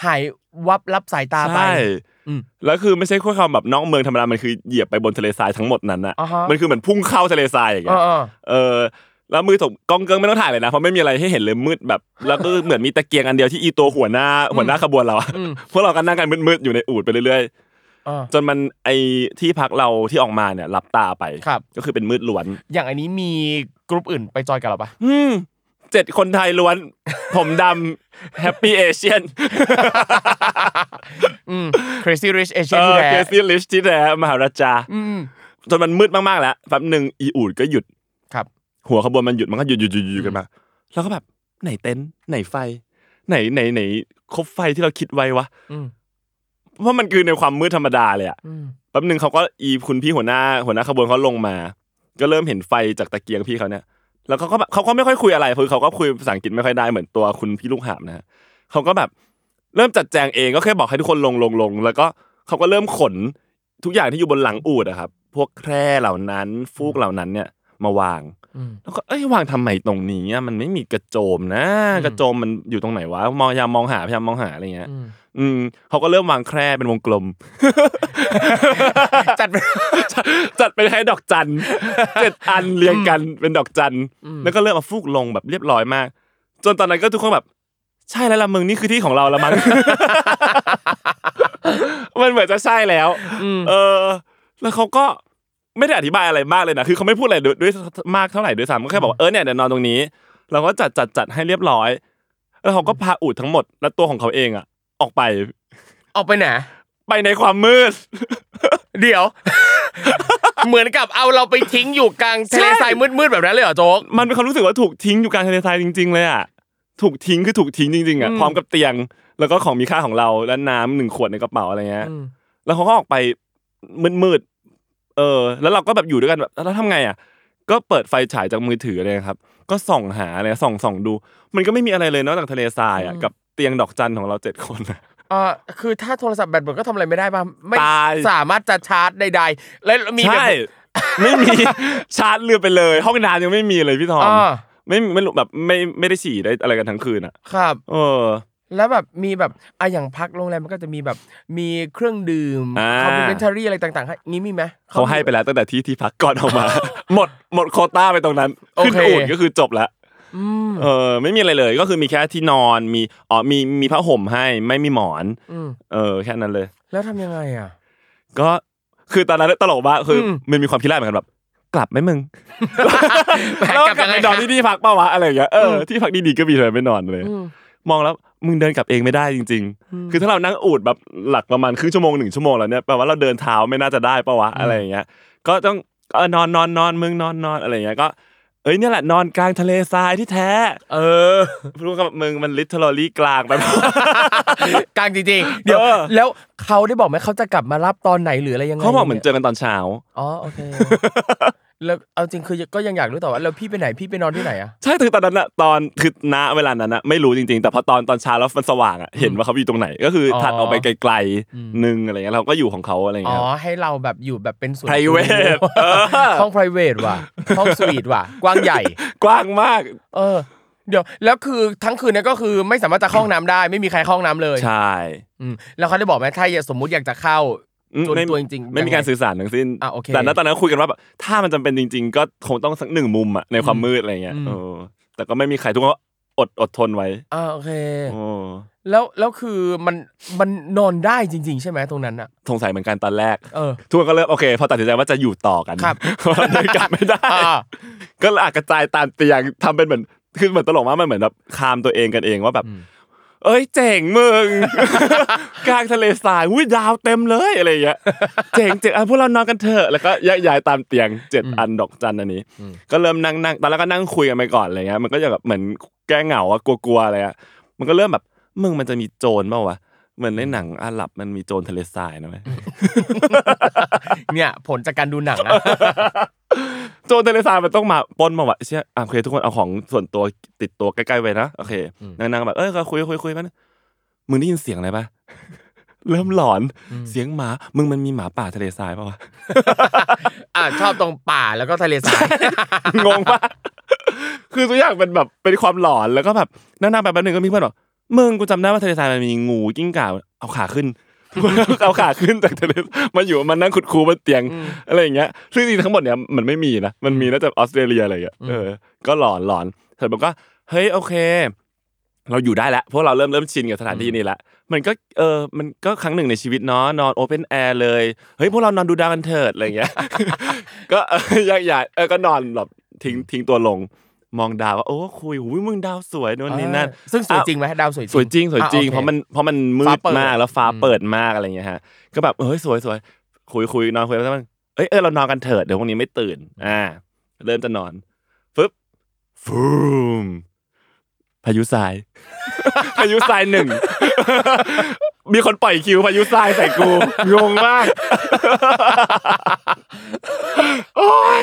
Speaker 2: หายวับรับสายตาไป
Speaker 3: ใช่
Speaker 2: อืม
Speaker 3: แล้วคือไม่ใช่แค่ความแบบนอกเมืองธรรมดามันคือเหยียบไปบนทะเลทรายทั้งหมดนั้นน่ะ
Speaker 2: อ่าฮะ
Speaker 3: มันคือเหมือนพุ่งเข้าทะเลทรายอย่าง
Speaker 2: เอ
Speaker 3: เงี้
Speaker 2: อ
Speaker 3: ย
Speaker 2: เออ
Speaker 3: เออแล้วมือถกกล้องเกิงไม่ต้องถ่ายเลยนะเพราะไม่มีอะไรให้เห็นเลยมืด
Speaker 2: <laughs>
Speaker 3: แบบ แล้วก็เหมือนมีตะเกียงอันเดียวที่อีตัวหัวหน้าหัวหน้าขบวนเราอะพวกเราก็นั่งกันมืดๆอยู่ในอูดไปเรื่อยๆ
Speaker 2: เออ
Speaker 3: จนมันไอที่พักเราที่ออกมาเนี่ยหลับตาไป
Speaker 2: ครับ
Speaker 3: ก็คือเป็นมืดล้วน
Speaker 2: อย่างอันนี้มีกรุ๊ปอื่นไปจอยกับเราปะ
Speaker 3: อืมเจ็ดคนไทยล้วน ผมด
Speaker 2: <laughs>
Speaker 3: ำแฮปปี้เอเชียน
Speaker 2: Crazy Rich
Speaker 3: เอ
Speaker 2: Asian
Speaker 3: อ
Speaker 2: ที่แท้
Speaker 3: เกซี่ลิชที่แท้มหาราชา
Speaker 2: อืม
Speaker 3: จนมันมืดมากๆแล้วแป๊บหนึ่งอีอูดก็หยุด
Speaker 2: ครับ
Speaker 3: หัวขบวนมันหยุดมันก็หยุดหยุดหยุดหยุดกันมาแล้วก็แบบไหนเต็นท์ไหนไฟ ไหนไหนไหนคบไฟที่เราคิดไว้วะ
Speaker 2: อืม
Speaker 3: เพราะมันคือในความมืดธรรมดาเลยอะ
Speaker 2: อืม
Speaker 3: แป๊บหนึ่งเขาก็อีคุณพี่หัวหน้าหัวหน้าขบวนเขาลงมา ก็เริ่มเห็นไฟจากตะเกียงพี่เขาเนี่ย แล้วเขาก็แบบเขาก็ไม่ค่อยคุยอะไรคือเขาก็คุยภาษาอังกฤษไม่ค่อยได้เหมือนตัวคุณพี่ลูกหาบนะฮะเขาก็แบบเริ่มจัดแจงเองก็แค่บอกให้ทุกคนลงลงลงแล้วก็เขาก็เริ่มขนทุกอย่างที่อยู่บนหลังอูดอะครับ พวกแคร่เหล่านั้น ฟูกเหล่านั้นเนี่ย มาวาง
Speaker 2: อืม
Speaker 3: แล้วก็เอ้ยวางทำไมตรงนี้อะมันไม่มีกระโจมนะ กระโจมมันอยู่ตรงไหนวะมองพยายามมองหาพยายามมองหาอะไรเงี้ย
Speaker 2: อืม
Speaker 3: อืมเขาก็เริ่มวางแคร่เป็นวงกลม
Speaker 2: <laughs> จัดไป
Speaker 3: จัด <laughs> จัดเป็นให้ดอกจันเจ็ดอันเรียงกันเป็นดอกจันแล้วก็เริ่มมาฟูกลงแบบเรียบร้อยมาก จนตอนนั้นก็ทุกคนแบบ ใช่แล้วละมึงนี่คือที่ของเราละมั้ง <laughs> มันเหมือนจะใช่แล้วเออ แล้วเขาก็ไม่ได้อธิบายอะไรมากเลยนะคือเขาไม่พูดอะไรด้วยด้วยมากเท่าไหร่ด้วยซ้ำก็แค่บอกว่าเออเนี่ยเดี๋ยวนอนตรงนี้ เราก็จัดจัดจัดให้เรียบร้อย แล้วเขาก็พาอูดทั้งหมดและตัวของเขาเองอ่ะ ออกไป
Speaker 2: ออกไปไหน
Speaker 3: ไปในความมืด <laughs>
Speaker 2: เดี๋ยว <laughs> เหมือนกับเอาเราไปทิ้งอยู่กลางทะเลทรายมืดๆแบบนั้นเลยเหรอโจ๊ก
Speaker 3: มันเป็นความรู้สึกว่าถูกทิ้งอยู่กลางทะเลทรายจริง ๆ เลยอ่ะ ถูกทิ้งคือถูกทิ้งจริงๆอ่ะ พร้อมกับเตียง แล้วก็ของมีค่าของเรา และน้ำหนึ่งขวดในกระเป๋าอะไรเงี้ย
Speaker 2: อืม
Speaker 3: แล้วเขาก็ออกไปมืดๆ เออ แล้วเราก็แบบอยู่ด้วยกันแบบแล้วทำไงอ่ะ ก็เปิดไฟฉายจากมือถือเลยครับ ก็ส่องหาเลยส่องส่องดู มันก็ไม่มีอะไรเลยนอกจากทะเลทรายอ่ะ กับเตียงดอกจันของเราเจ็ดคนอะ
Speaker 2: เอ่อคือถ้าโทรศัพท์แบตหมดก็ทำอะไรไม่ได้ป่ะไม่
Speaker 3: ตาย
Speaker 2: สามารถจะชาร์จใดๆและมีแบบ
Speaker 3: ใช่ ไม่มี ชาร์จเรือไปเลย ห้องน้ำยังไม่มีเลยพี่ทอม
Speaker 2: อ่า
Speaker 3: ไม่ไม่รู้แบบไม่ไม่ได้ฉี่ได้อะไรกันทั้งคืนอ่ะ
Speaker 2: ครับ
Speaker 3: เออ
Speaker 2: แล้วแบบมีแบบอ่ะอย่างพักโรงแรมมันก็จะมีแบบมีเครื่องดื่ม
Speaker 3: อ่า
Speaker 2: คอมเพลเมนทารี่อะไรต่างๆให้งี้มีไหม
Speaker 3: เขาให้ไปแล้วตั้งแต่ที่ที่พักก่อนออกมา หมดหมดโควต้าไปตรงนั้น
Speaker 2: โอเค
Speaker 3: ขึ้นอูดก็คือจบละเออ ไม่มีอะไรเลยก็คือมีแค่ที่นอนมีอ๋อมีมีผ้าห่มให้ไม่มีหมอน
Speaker 2: อืม
Speaker 3: เออ แค่นั้นเลย
Speaker 2: แล้วทำยังไงอ่ะ
Speaker 3: ก็คือตอนนั้นตลกมากคืออ
Speaker 2: ม
Speaker 3: มันมีความคิดแรกเหมือนกันแบบกลับไหมมึง <laughs> แล้วกลับ
Speaker 2: กลับยังไง
Speaker 3: ไปนอน
Speaker 2: คะ
Speaker 3: ที่ที่พักเปล่าวะอะไรอย่างเงี้ยเออที่พักดีๆก็มีเธอไม่นอนเลย <laughs> มองแล้วมึงเดินกลับเองไม่ได้จริง ๆ คือถ้าเรานั่งอูดแบบหลักประมาณครึ่งชั่วโมงหนึ่งชั่วโมงแล้วเนี่ยแปลว่าเราเดินเท้าไม่น่าจะได้ปะวะอะไรอย่างเงี้ย ก็ต้องเออนอนนอนนอนมึงนอนนอนอะไรอย่างเงี้ยก็ เอ้ยเนี่ยแหละนอนกลางทะเลทรายที่แท้ เออรู้กับมึงมันลิทเทอรลี่กลางไป
Speaker 2: <laughs> กลางจริงๆเดี๋ยว
Speaker 3: เออ
Speaker 2: แล้วเขาได้บอกไหมเขาจะกลับมารับตอนไหนหรืออะไรยังไง
Speaker 3: เขาบอกเหมือนเจอกันตอนเช้า
Speaker 2: อ๋อโอ
Speaker 3: <laughs>
Speaker 2: เค แล้วเอาจริงคือก็ยังอยากรู้ต่อว่าแล้วพี่ไปไหนพี่ไปนอนที่ไหนอ่ะ
Speaker 3: ใช่ถึงตอนนั้นอะตอนคือณเวลานั้นอะไม่รู้จริงๆ แต่พอตอนตอนเช้าแล้วมันสว่างอะเห็นว่าเขาอยู่ตรงไหน ก็คืออ
Speaker 2: อ
Speaker 3: ถัดออกไปไกลๆนึงอะไรเงี้ยเราก็อยู่ของเขาอะไร
Speaker 2: อ๋อ
Speaker 3: เงี้ย
Speaker 2: ให้เราแบบอยู่แบบเป็นส่วน
Speaker 3: private
Speaker 2: ตัว
Speaker 3: เออ
Speaker 2: ห้อง private ว่ะห้องสวีทว่ะ กว้างใหญ่
Speaker 3: กว้างมาก
Speaker 2: เออ เดี๋ยวแล้วคือทั้งคืนเนี่ยก็คือไม่สามารถจะเข้าห้องน้ำได้ไม่มีใครเข้าห้องน้ำเลย
Speaker 3: ใช่
Speaker 2: อืมแล้วเขาได้บอกไหมถ้าสมมุติอยากจะเข้า
Speaker 3: อืม
Speaker 2: จน
Speaker 3: ไม่
Speaker 2: ตัวจริงๆ
Speaker 3: ไม่มี
Speaker 2: ยังง
Speaker 3: การสื่อสารทั้งสิ้น
Speaker 2: อ่ะโอเค
Speaker 3: แต่ณตอนนั้นคุยกันว่าแบบถ้ามันจำเป็นจริง ๆ ก็คงต้องสักหนึ่งมุมอะในความมืดอะไรเงี้ย
Speaker 2: อืม
Speaker 3: เออแต่ก็ไม่มีใครทุกคนก็โ อดอดทนไว้
Speaker 2: อ่าโอเค
Speaker 3: โอ้
Speaker 2: แล้วแล้วคือมันมันนอนได้จริง ๆ ใช่ไหมตรงนั้นอ่ะ
Speaker 3: สงสัยเหมือนกันตอนแรก
Speaker 2: เออ
Speaker 3: ทุกคนก็เริ่มโอเค พอตัดสินใจว่าจะอยู่ต่อกัน
Speaker 2: ครับ
Speaker 3: เพราะเดินกลับไม่ได้
Speaker 2: อ่า
Speaker 3: ก็เลยอาจกระจายตามเตียงทำเป็นเหมือนคือเหมือนตลกมากมันเหมือนแบบคามตัวเองกันเองว่าแบบ เอ้ยเจ๋งมึง <laughs> กลางทะเลทรายอุ้ยดาวเต็มเลยอะไรอย่างเงี้ยเจ๋งเจ๋งอ่ะพวกเรานอนกันเถอะแล้วก็แยกย้ายตามเตียงเจ็ดอันดอกจันอันนี้ ก็เริ่มนั่งนั่งตอนแรกก็นั่งคุยกันไปก่อนอะไรเงี้ยมันก็จะแบบเหมือนแก้เหงาอะกลัวๆอะไรอะมันก็เริ่มแบบมึงมันจะมีโจรเปล่าวะเหมือนในหนังอาหรับมันมีโจรทะเลทรายนะเว้ย
Speaker 2: เนี่ย ผลจากการดูหนังนะ
Speaker 3: โจรเทะเลซายมันต้องมาปล้นมาว่ะเชี่ยอ่ะโอเค ทุกคนเอาของส่วนตัวติดตัวใกล้ๆไว้นะโอเคนางๆแบบเอ้ยก็คุยคุยคุยมันมึงได้ยินเสียงอะไรปะ เริ่มหลอนเสียงหมา มึงมันมีหมาป่าทะเลทรายปะวะ
Speaker 2: อ่าชอบตรงป่าแล้วก็ทะเลทราย
Speaker 3: งงปะคือตัวอย่างเป็นแบบเป็นความหลอนแล้วก็แบบนั่งๆไปแป๊บนึงก็มีเพื่อนบอกมึงกูจำได้ว่าทะเลทรายมันมีงูกิ้งก่าเอาขาขึ้น <laughs> เอาขาขึ้นจากทะเลมาอยู่มันนั่งขุดคูบนเตียงอะไรอย่างเงี้ยซึ่งจริงๆทั้งหมดเนี่ยมันไม่มีนะมันมีน่าจะออสเตรเลียอะไรอย่างเงี้ยเออก็หลอนหลอนเสร็จผมก็เฮ้ยโอเค เราอยู่ได้แล้วพวกเราเริ่มเริ่มชินกับสถานที่นี้ละมันก็เออมันก็ครั้งหนึ่งในชีวิตเนาะนอนโอเพนแอร์เลยเฮ้ยพวกเรานอนดูดาวกันเถิดอะไรอย่างเงี้ <laughs> ย ก็ <laughs> เออยากใหญ่เออก็นอนแบบทิ้งทิ้งตัวลง มองดาวว่าโอ้คุยหูยมึงดาวสวยนู่นนี่นั่น
Speaker 2: ซึ่งสวยจริงไหมดาวสวย
Speaker 3: สวยจริงสวยจริงเพราะมันเพราะมันมื
Speaker 2: ฟ้า
Speaker 3: ด
Speaker 2: เปิด
Speaker 3: มากแล้วฟ้าเปิดมากอะไรอย่างเงี้ยฮะก็แบบเฮ้ยสวยสวยคุยคุยนอนคุยไปสักพักเอ้ยเออเรานอนกันเถิดเดี๋ยวพรุ่งนี้ไม่ตื่น อ่า เริ่มจะนอนฟึบฟูมพายุทราย <laughs> พายุทรายหนึ่ง <laughs> มีคนปล่อยคิวพายุทรายใส่กูงงมาก <laughs> โอ้ย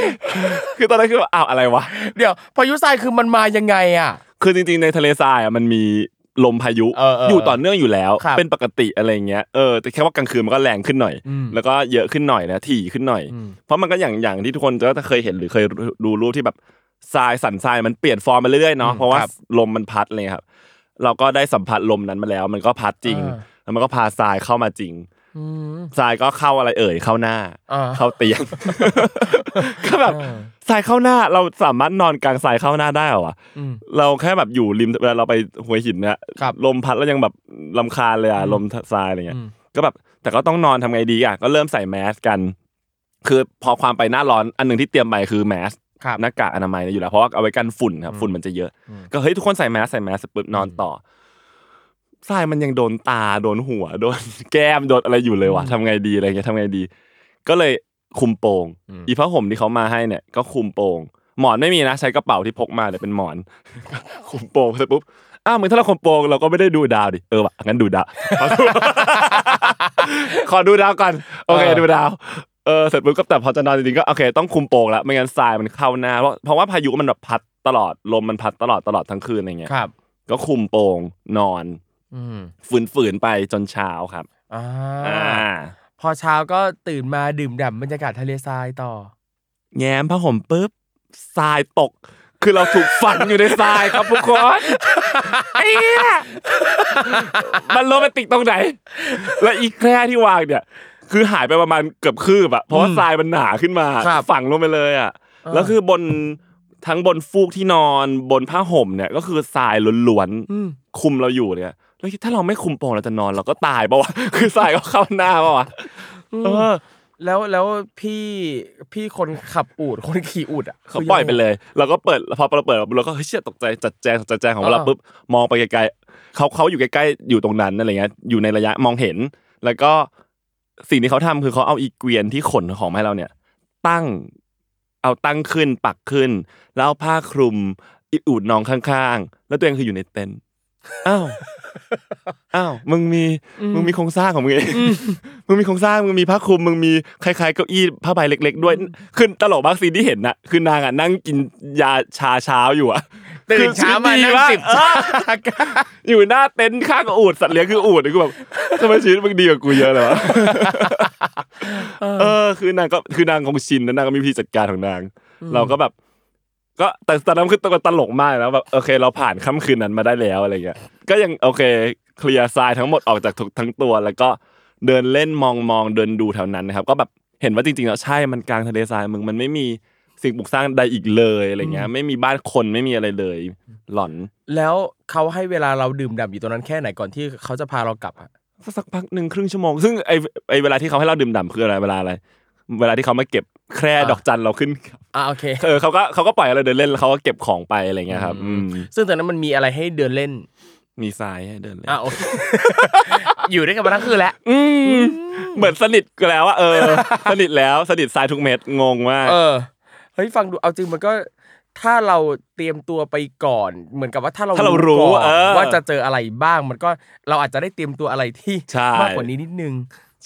Speaker 3: คือตอนนั้นคือแบบอ้าวอะไรวะ
Speaker 2: เดี๋ยวพายุทรายคือมันมายังไงอ่ะ
Speaker 3: คือจริงๆในทะเลทรายอ่ะมันมีลมพายุ
Speaker 2: เออเออ
Speaker 3: อยู่ต่อเนื่องอยู่แล้ว
Speaker 2: ครับ
Speaker 3: เป็นปกติอะไรเงี้ยเออแต่แค่ว่ากลางคืนมันก็แรงขึ้นหน่อย
Speaker 2: อืม
Speaker 3: แล้วก็เยอะขึ้นหน่อยนะถี่ขึ้นหน่อย
Speaker 2: อืม
Speaker 3: เพราะมันก็อย่างอย่างที่ทุกคนก็จะเคยเห็นหรือเคยดูรูปที่แบบทรายสันทรายมันเปลี่ยนฟอร์มไปเรื่อยๆเนาะเพราะว่าลมมันพัดอะไรเลยครับ เราก็ได้สัมผัสลมนั้นมาแล้ว มันก็พัดจริง แล้วมันก็พาทรายเข้ามาจริงทรายก็เข้าอะไรเอ่ยเข้าหน้า
Speaker 2: อ่า
Speaker 3: เข้าเตียง <laughs> ก็แบบทรายเข้าหน้าเราสามารถนอนกลางทรายเข้าหน้าได้เหรอวะเราแค่แบบอยู่ริมเวลาเราไปหัวหินเนี่ย
Speaker 2: ครับ
Speaker 3: ลมพัดแล้วยังแบบลำคาญเลยอ่ะลมทรายอะไรเงี้ยก็แบบแต่ก็ต้องนอนทำไงดีอ่ะก็เริ่มใส่แมสกัน คือพอความไปหน้าร้อนอันหนึ่งที่เตรียมไปคือแมส
Speaker 2: ครับ
Speaker 3: หน้ากากอนามัยเนี่ยอยู่แล้วเพราะว่าเอาไว้กันฝุ่นครับฝุ่นมันจะเยอะ ก็เฮ้ยทุกคนใส่แมสใส่แมสเสร็จปุ๊บนอนต่อ ทรายมันยังโดนตาโดนหัว โดน แก้มโดนอะไรอยู่เลยว่ะทำไงดีอะไรเงี้ยทำไงดี ก็เลยคุมโปงอีผ้าห่มที่เขามาให้เนี่ย ก็คุมโปงหมอนไม่มีนะใช้กระเป๋าที่พกมาเนี่ยเป็นหม <laughs> อน คุมโปงเสร็จปุ๊บอ้าวเหมือนถ้าเราคุมโปงเราก็ไม่ได้ดูดาวดิเออว่ะงั้นดูดาว <laughs> ขอดูดาวก่อนโอเค
Speaker 2: เออ
Speaker 3: ดูดาวเออเสร็จปุ๊บก็แต่พอจะนอนจริงๆก็โอเคต้องคุมโปงแล้วไม่งั้นทรายมันเข้าหน้าเพราะเพราะว่าพายุมันแบบพัดตลอดลมมันพัดตลอดตลอดทั้งคืนอะไรเงี้ย
Speaker 2: ครับ
Speaker 3: ก็คุมโปงนอน
Speaker 2: อืม
Speaker 3: ฝืนฝืนๆไปจนเช้าครับ
Speaker 2: อ่า
Speaker 3: อ่า
Speaker 2: พอเช้าก็ตื่นมาดื่มด่ำบรรยากาศทะเลทรายต่อ
Speaker 3: แง้มผ้าห่มปุ๊บทรายตก คือเราถูกฝังอยู่ในทรายครับทุกคน <laughs> ไอ้เหี้ยมันโรแมนติกตรงไหน และอีแคร่ที่วางเนี่ย คือหายไปประมาณเกือบคืบอะเพราะว่าทรายมันหนาขึ้นมา
Speaker 2: ครับ
Speaker 3: ฝังลงไปเลยอะแล้วคือบนทั้งบนฟูกที่นอนบนผ้าห่มเนี่ย ก็คือทรายล้วนๆ
Speaker 2: อืม
Speaker 3: คุมเราอยู่เนี่ยแล้วถ้าเราไม่คุมโปงเราจะนอนเราก็ตายปะวะ <laughs> คือสายก็เข้าหน้าปะวะเออ
Speaker 2: แล้วแล้วพี่พี่คนขับอูดคนขี่อูดอ่ะ
Speaker 3: เขาปล่อยไปเลย เราก็เปิดพอเราเปิดเราก็เฮ้ยเชี่ยตกใจจัดแจงจัดแจงของเราปุ๊บมองไปไกลๆเขาเขาอยู่ใกล้ๆอยู่ตรงนั้นอะไรเงี้ยอยู่ในระยะมองเห็น แล้วก็สิ่งที่เขาทำคือเขาเอาอีเกวียนที่ขนของมาให้เราเนี่ย ตั้งเอาตั้งขึ้นปักขึ้น แล้วเอาผ้าคลุมอีอูดนองข้างๆ แล้วตัวเองคืออยู่ในเต็นท์อ้าว อ้าวมึงมีมึงมีโครงสร้างของมึงเอง <laughs> มึงมีโครงสร้างมึงมีผ้าคลุมมึงมีคล้ายๆเก้าอี้ผ้าใบเล็ก ๆ ด้วยคือตลกมากซีนที่เห็นน่ะคือนางอ่ะนั่งกินยาชาเช้าอยู่อ่ะ
Speaker 2: ตื่นเช้ามา
Speaker 3: คือชี
Speaker 2: นั่
Speaker 3: วิตดี
Speaker 2: ง
Speaker 3: ก
Speaker 2: จิบ
Speaker 3: เอออยู่หน้าเต็นท์ข้างอูดสัตว์เลี้ยงคืออูดกูแบบทำไมชีวิตมึงดีกว่ากูเยอะเลยวะเออ คือนางก็คือนางคงชินแล้วนางก็มีพิธีจัดการของนาง เราก็แบบ ก็แต่ตอนนั้นคือตตลกมากนะแบบโอเค เราผ่านค่ำคืนนั้นมาได้แล้วอะไรเงี้ยก็ยังโอเคเคลียร์ทรายทั้งหมดออกจากทุกทั้งตัว แล้วก็เดินเล่นมองมองเดินดูแถวนั้นนะครับ ก็แบบเห็นว่าจริงๆแล้วใช่มันกลางทะเลทรายมึงมันไม่มี สิ่งปลูกสร้างใดอีกเลยอะไรเงี้ย ไม่มีบ้านคนไม่มีอะไรเลย หลอน
Speaker 2: แล้วเขาให้เวลาเราดื่มด่ำอยู่ตรงนั้นแค่ไหนก่อนที่เขาจะพาเรากลับอะ
Speaker 3: สักพักหนึ่งครึ่งชั่วโมง ซึ่งไอไอเวลาที่เขาให้เราดื่มด่ำคืออะไรเวลาอะไร เวลาที่เขามาเก็บแคร่ดอกจันเราขึ้น
Speaker 2: อ่าโอเค
Speaker 3: เออเขาก็เขาก็ปล่อยเราเดินเล่นแล้วเขาก็เก็บของไปอะไรเงี้ยครับ
Speaker 2: อื
Speaker 3: อื
Speaker 2: ม
Speaker 3: ม
Speaker 2: ซึ่งตอนนั้นมันมีอะไรให้เดินเล่น
Speaker 3: มีทรายให้เดินเล่น
Speaker 2: อ่าโอเค <laughs> อยู่ด้วยกันมาทั้งคืนแล้ว
Speaker 3: อืมเหมือนสนิทกันแล้ว <laughs> อะเออ สนิทแล้วสนิททรายทุกเม็ดงงมาก
Speaker 2: เออเฮ้ยฟังดูเอาจริงมันก็ถ้าเราเตรียมตัวไปก่อน เหมือนกับว่าถ้าเรา
Speaker 3: ถ้าเรารู้
Speaker 2: ก่อน
Speaker 3: เออ
Speaker 2: ว่าจะเจออะไรบ้างมันก็เราอาจจะได้เตรียมตัวอะไรที่
Speaker 3: ใช่
Speaker 2: มากกว่านี้นิดนึง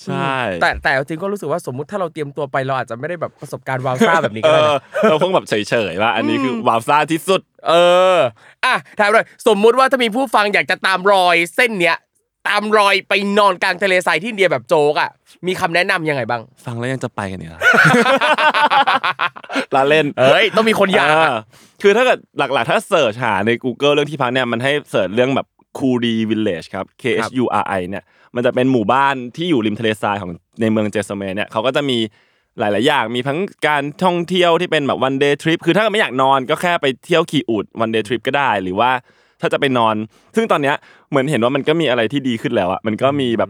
Speaker 3: ใช่
Speaker 2: แต่แต่เอาจริงก็รู้สึกว่าสมมุติถ้าเราเตรียมตัวไปเราอาจจะไม่ได้แบบประสบการณ์วาวซ่าแบบนี้ก็
Speaker 3: เอ
Speaker 2: ได้
Speaker 3: อ
Speaker 2: นะ
Speaker 3: เราคงแบบเฉยๆว่า อันนี้คือวาวซ่าที่สุด
Speaker 2: เอออ่ะถามเลยสมมุติว่าถ้ามีผู้ฟังอยากจะตามรอยเส้นเนี้ยตามรอยไปนอนกลางทะเลทรายที่อินเดียแบบโจกอ่ะมีคำแนะนำยังไงบ้าง
Speaker 3: ฟังแล้วยังจะไปกันเนี่ยเหรอ ลาเล่น
Speaker 2: <laughs> เอ้ยต้องมีคนอยากอะ
Speaker 3: เคือถ้าเกิดหลักๆ ถ้าเสิร์ชหาใน Google เรื่องที่พักเนี่ย มันให้เสิร์ชเรื่องแบบคูรีวิลเลจครับ K
Speaker 2: ครั
Speaker 3: H
Speaker 2: บ
Speaker 3: U R I เนี่ย มันจะเป็นหมู่บ้านที่อยู่ริมทะเลทรายของในเมืองเจสเมนเนี่ยเขาก็จะมีหลาย ๆ อย่าง มีทั้งการท่องเที่ยวที่เป็นแบบวันเดย์ทริป คือถ้าไม่อยากนอนก็แค่ไปเที่ยวขี่อูดวันเดย์ทริปก็ได้ หรือว่าถ้าจะไปนอน ซึ่งตอนเนี้ยเหมือนเห็นว่ามันก็มีอะไรที่ดีขึ้นแล้วอะมันก็มีแบบ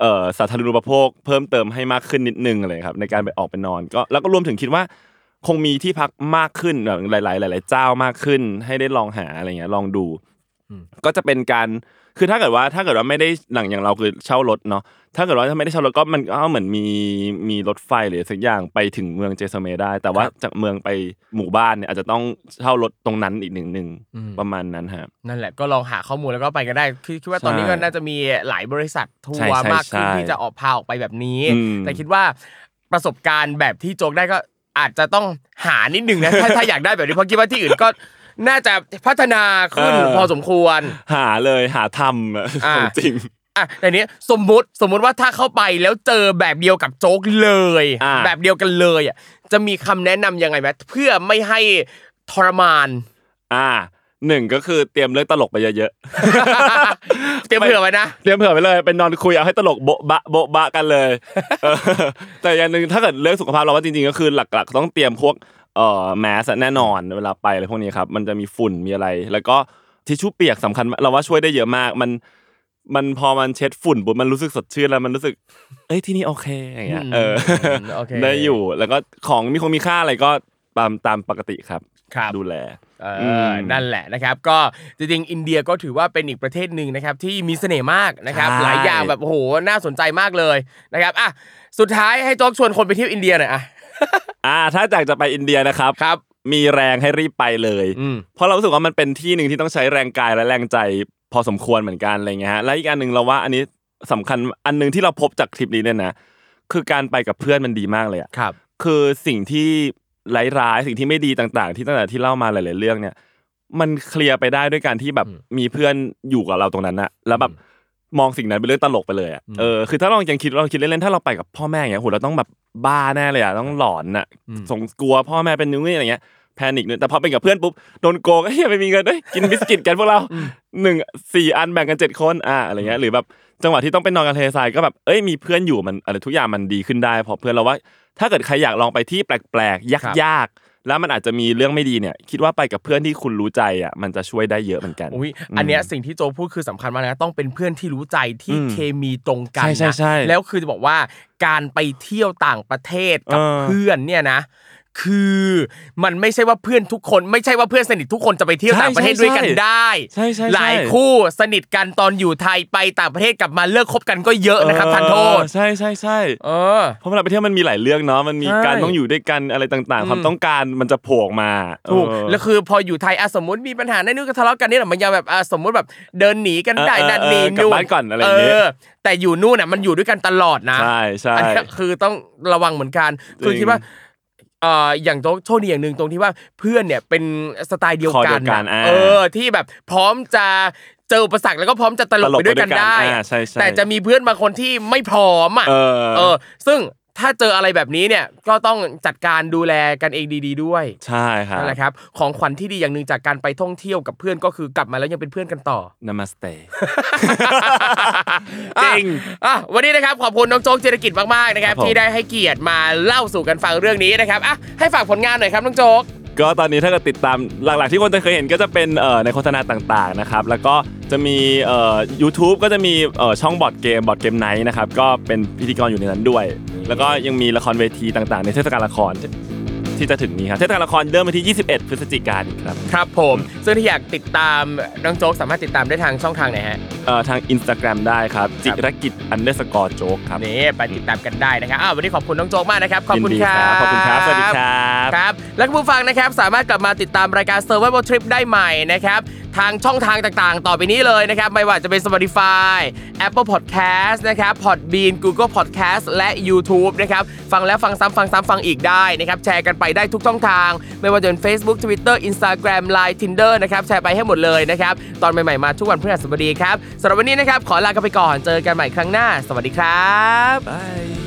Speaker 3: เอ่อสาธารณูปโภคเพิ่มเติมให้มากขึ้นนิดนึงอะไรครับในการไปออกไปนอนก็แล้วก็รวมถึงคิดว่า คงมีที่พักมากขึ้นแบบหลาย ๆ หลาย ๆ เจ้ามากขึ้น ให้ได้ลองหาอะไรเงี้ยลองดู ก็จะเป็นการคือถ้าเกิดว่าถ้าเกิดว่าไม่ได้หลังอย่างเราคือเช่ารถเนาะถ้าเกิดว่าถ้าไม่ได้เช่ารถก็มันก็เหมือนมีมีรถไฟหรือสักอย่างไปถึงเมืองเจสเมได้ แต่ว่าจากเมืองไปหมู่บ้านเนี่ยอาจจะต้องเช่ารถตรงนั้นอีกหนึ่งหนึ่ง
Speaker 2: อืม
Speaker 3: ประมาณนั้นฮะ
Speaker 2: นั่นแหละก็ลองหาข้อมูลแล้วก็ไปกันได้คือคิดว่า
Speaker 3: ใช่
Speaker 2: ตอนนี้ก็น่าจะมีหลายบริษัททั
Speaker 3: ใช่
Speaker 2: วร์
Speaker 3: ใช่
Speaker 2: มากขึ้น
Speaker 3: ใช่
Speaker 2: ที่จะออกพาออกไปแบบนี้
Speaker 3: อืม
Speaker 2: แต่คิดว่าประสบการณ์แบบที่โจกได้ก็อาจจะต้องหานิดนึงนะ <laughs> ถ้าถ้าอยากได้แบบนี้เพราะคิดว่าที่อื่นก็ <laughs> น่าจะพัฒนาขึ้นพอสมควร
Speaker 3: หาเลยหาทำอะ
Speaker 2: อ่า
Speaker 3: ของจริง
Speaker 2: อ่ะแต่นี้สมมุติสมมุติว่าถ้าเข้าไปแล้วเจอแบบเดียวกับโจ๊กเลย
Speaker 3: อ่า
Speaker 2: แบบเดียวกันเลยอ่ะจะมีคำแนะนำยังไงไหมเพื่อไม่ให้ทรมาน
Speaker 3: <laughs> อ่าหนึ่งก็คือเตรียมเรื่องตลกไปเยอะๆ
Speaker 2: เตรียมเผื่อไว้นะ
Speaker 3: เตรียมเผื่อไปเลยเป็นนอนคุยเอาให้ตลกโบ๊ะบะโบ๊ะบะกันเลย <laughs> เออแต่อย่างหนึ่งถ้าเกิดเรื่องสุขภาพเราว่าจริงๆก็คือหลักๆต้องเตรียมพวกเอ่อแมสแน่นอนเวลาไปอะไรพวกนี้ครับ มันจะมีฝุ่นมีอะไร แล้วก็ทิชชู่เปียกสำคัญมากเราว่าช่วยได้เยอะมาก มันมันพอมันเช็ดฝุ่นปุ๊บมันรู้สึกสดชื่นแล้วมันรู้สึก เอ้ยที่นี่โอเคอย่างเงี้ยเออ
Speaker 2: มโอเค
Speaker 3: ได้อยู่แล้วก็ของมีคงมีค่าอะไรก็ตามตามปกติครับ
Speaker 2: ครับ
Speaker 3: ดูแล
Speaker 2: เออ
Speaker 3: ม
Speaker 2: อนั่นแหละนะครับ ก็จริงๆอินเดียก็ถือว่าเป็นอีกประเทศหนึ่งนะครับที่มีเสน่ห์มากนะครับ
Speaker 3: ใช่
Speaker 2: หลายอย่างแบบโอ้โหน่าสนใจมากเลยนะครับอ่ะสุดท้ายให้โจ๊กชวนคนไปเที่ยวอินเดียหน่อยอ่ะ
Speaker 3: อ่าถ้าอยากจะไปอินเดียนะครับ
Speaker 2: ครับ
Speaker 3: มีแรงให้รีบไปเลย
Speaker 2: อืม
Speaker 3: เพราะเรารู้สึกว่ามันเป็นที่หนึ่งที่ต้องใช้แรงกายและแรงใจพอสมควรเหมือนกันอะไรเงี้ยฮะและอีกอันหนึ่งเราว่าอันนี้สำคัญอันหนึ่งที่เราพบจากทริปนี้เนี่ยนะคือการไปกับเพื่อนมันดีมากเลยอะ
Speaker 2: ครับ
Speaker 3: คือสิ่งที่ร้ายๆสิ่งที่ไม่ดีต่าง ๆ ที่ตั้งแต่ที่เล่ามาหลาย ๆ เรื่องเนี่ย มันเคลียร์ไปได้ด้วยการที่แบบมีเพื่อนอยู่กับเราตรงนั้นอะแล้วแบบมองสิ่งนั้นเป็นเรื่องตลกไปเลยอะเออคือถ้าเรายังคิดเราคิดเล่นๆถ้าเราไปกับพ่อแม่อย่างเงี้ยโหเราต้องแบบบ้าแน่เลยอะต้องหลอนอะสงกลัวพ่อแม่เป็นนู้นนี่อะไรเงี้ยแพนิคเนี่ยแต่พอเป็นกับเพื่อนปุ๊บโดนโกงก็เฮียไม่มีเงินด้วยกินบิสกิตกันพวกเราหนึ่งสี่อันแบ่งกันเจ็ดคนอ่ะอะไรเงี้ยหรือแบบจังหวะที่ต้องไปนอนกันเทรายก็แบบเอ้ยมีเพื่อนอยู่มันอะไรทุกอย่างมันดีขึ้นได้เพอเพื่อนเราว่า ถ้าเกิดใครอยากลองไปที่แปลกๆยา
Speaker 2: ค
Speaker 3: ก
Speaker 2: รับ
Speaker 3: ๆ ยากแล้วมันอาจจะมีเรื่องไม่ดีเนี่ย คิดว่าไปกับเพื่อนที่คุณรู้ใจอ่ะมันจะช่วยได้เยอะเหมือนกัน
Speaker 2: อุ้ยอันเนี้ยสิ่งที่โจพูดคือสำคัญมากนะต้องเป็นเพื่อนที่รู้ใจที่
Speaker 3: อืม
Speaker 2: เคมีตรงกัน
Speaker 3: ใช่ใช่
Speaker 2: นะ
Speaker 3: ใช่
Speaker 2: แล้วคือจะบอกว่าการไปเที่ยวต่างประเทศกับ
Speaker 3: เออ
Speaker 2: เพื่อนเนี่ยนะ คือมันไม่ใช่ว่าเพื่อนทุกคน ไม่ใช่ว่าเพื่อนสนิททุกคนจะไปเที่ยวต่างประเทศด้วยกันได้
Speaker 3: ใช่ใช่ใช่
Speaker 2: หลายคู่สนิทกันตอนอยู่ไทยไปต่างประเทศกลับมาเลิกคบกันก็เยอะนะครับท่านโทษ
Speaker 3: เออใช่ใช่ใช่
Speaker 2: เออ
Speaker 3: เพราะเวลาไปเที่ยวมันมีหลายเรื่องเนาะมันมี
Speaker 2: ใช่
Speaker 3: การต้องอยู่ด้วยกันอะไรต่างๆ ความต้องการมันจะโผล่ออกมา
Speaker 2: ถูก
Speaker 3: เออ
Speaker 2: แล้วคือพออยู่ไทยอ่ะสมมติมีปัญหาในนนู่นก็ทะเลาะกันนี่แหละมันยังแบบอ่ะสมมติแบบเดินหนีกันได้
Speaker 3: เออเออ
Speaker 2: นั่นนี่
Speaker 3: เออกลับบ้านก่อนอะไรอย่างเงี้ย
Speaker 2: เออแต่อยู่นู่นน่ะมันอยู่ด้วยกันตลอดนะ
Speaker 3: ใช่ใช่
Speaker 2: อันเนี้ยคือต้องระวังเหมือนกันคือ
Speaker 3: จริง
Speaker 2: คิดว่าเอ่ออย่างโจ๊กโชคดีอย่างหนึ่งตรงที่ว่าเพื่อนเนี่ยเป็นสไตล์เดียว
Speaker 3: คอ
Speaker 2: กั
Speaker 3: เดี
Speaker 2: น
Speaker 3: ยวกัน
Speaker 2: น่ะ
Speaker 3: อ่า
Speaker 2: เออที่แบบพร้อมจะเจออุประสักแล้วก็พร้อมจะตลกไปด้วยกันได้
Speaker 3: อ่าใช่ใช่
Speaker 2: แต่จะมีเพื่อนบางคนที่ไม่พร้อมอ่ะ
Speaker 3: เออ
Speaker 2: เออซึ่ง ถ้าเจออะไรแบบนี้เนี่ยก็ต้องจัดการดูแลกันเองดี ๆ ด้วย
Speaker 3: ใช่ครับ
Speaker 2: นั่นแหละครับ ของขวัญที่ดีอย่างหนึ่งจากการไปท่องเที่ยวกับเพื่อนก็คือกลับมาแล้วยังเป็นเพื่อนกันต่อ
Speaker 3: Namaste
Speaker 2: อ่ะ
Speaker 3: <laughs> จริง
Speaker 2: อ่ะวันนี้นะครับขอบคุณน้องโจ๊กเจรกิจมากๆนะครับ
Speaker 3: ครับผม
Speaker 2: ที่ได้ให้เกียรติมาเล่าสู่กันฟังเรื่องนี้นะครับอ่ะให้ฝากผลงานหน่อยครับน้องโจ๊ก
Speaker 3: ก็ตอนนี้ถ้าเกิดติดตามหลักๆที่คนจะเคยเห็นก็จะเป็นเอ่อในโฆษณาต่างๆนะครับ แล้วก็จะมีเอ่อ YouTube ก็จะมีเอ่อช่องบอร์ดเกมบอร์ดเกมไนท์นะครับ ก็เป็นพิธีกรอยู่ในนั้นด้วย แล้วก็ยังมีละครเวทีต่างๆ ในเทศกาลละครที่ที่จะถึงนี้ครับเทศกาลละครเริ่มวันที่ 21 พฤศจิกายนครับ
Speaker 2: ครับผม ซึ่งถ้าอยากติดตามน้องโจ๊กสามารถติดตามได้ทางช่องทางไหนฮะ
Speaker 3: เอ่อทาง Instagram ได้ครับ
Speaker 2: ค
Speaker 3: จิ
Speaker 2: รับ
Speaker 3: รกิจ underscore โจ๊กครับ
Speaker 2: นี่ไปติดตามกันได้นะครับอ้าววันนี้ขอบคุณน้องโจ๊กมากนะครับขอบคุณ
Speaker 3: ยินดี
Speaker 2: ครับ
Speaker 3: ขอบคุณครับ สวัสดีครับ
Speaker 2: ครับและคุณผู้ฟังนะครับสามารถกลับมาติดตามรายการ Survival Trip ได้ใหม่นะครับทางช่องทางต่างๆ ต่อไปนี้เลยนะครับไม่ว่าจะเป็น Spotify Apple Podcast นะครับ Podbean Google Podcast และ YouTube นะครับฟังแล้วฟังซ้ำฟังซ้ำฟังอีกได้นะครับแชร์กันไปได้ทุกช่องทาง ไม่ว่าจะเป็น Facebook Twitter Instagram Line Tinder นะครับแชร์ไปให้หมดเลยนะครับตอนใหม่ๆมาทุกวันพฤหัสบดีครับสำหรับวันนี้นะครับขอลากันไปก่อนเจอกันใหม่ครั้งหน้า สวัสดีครับ
Speaker 3: Bye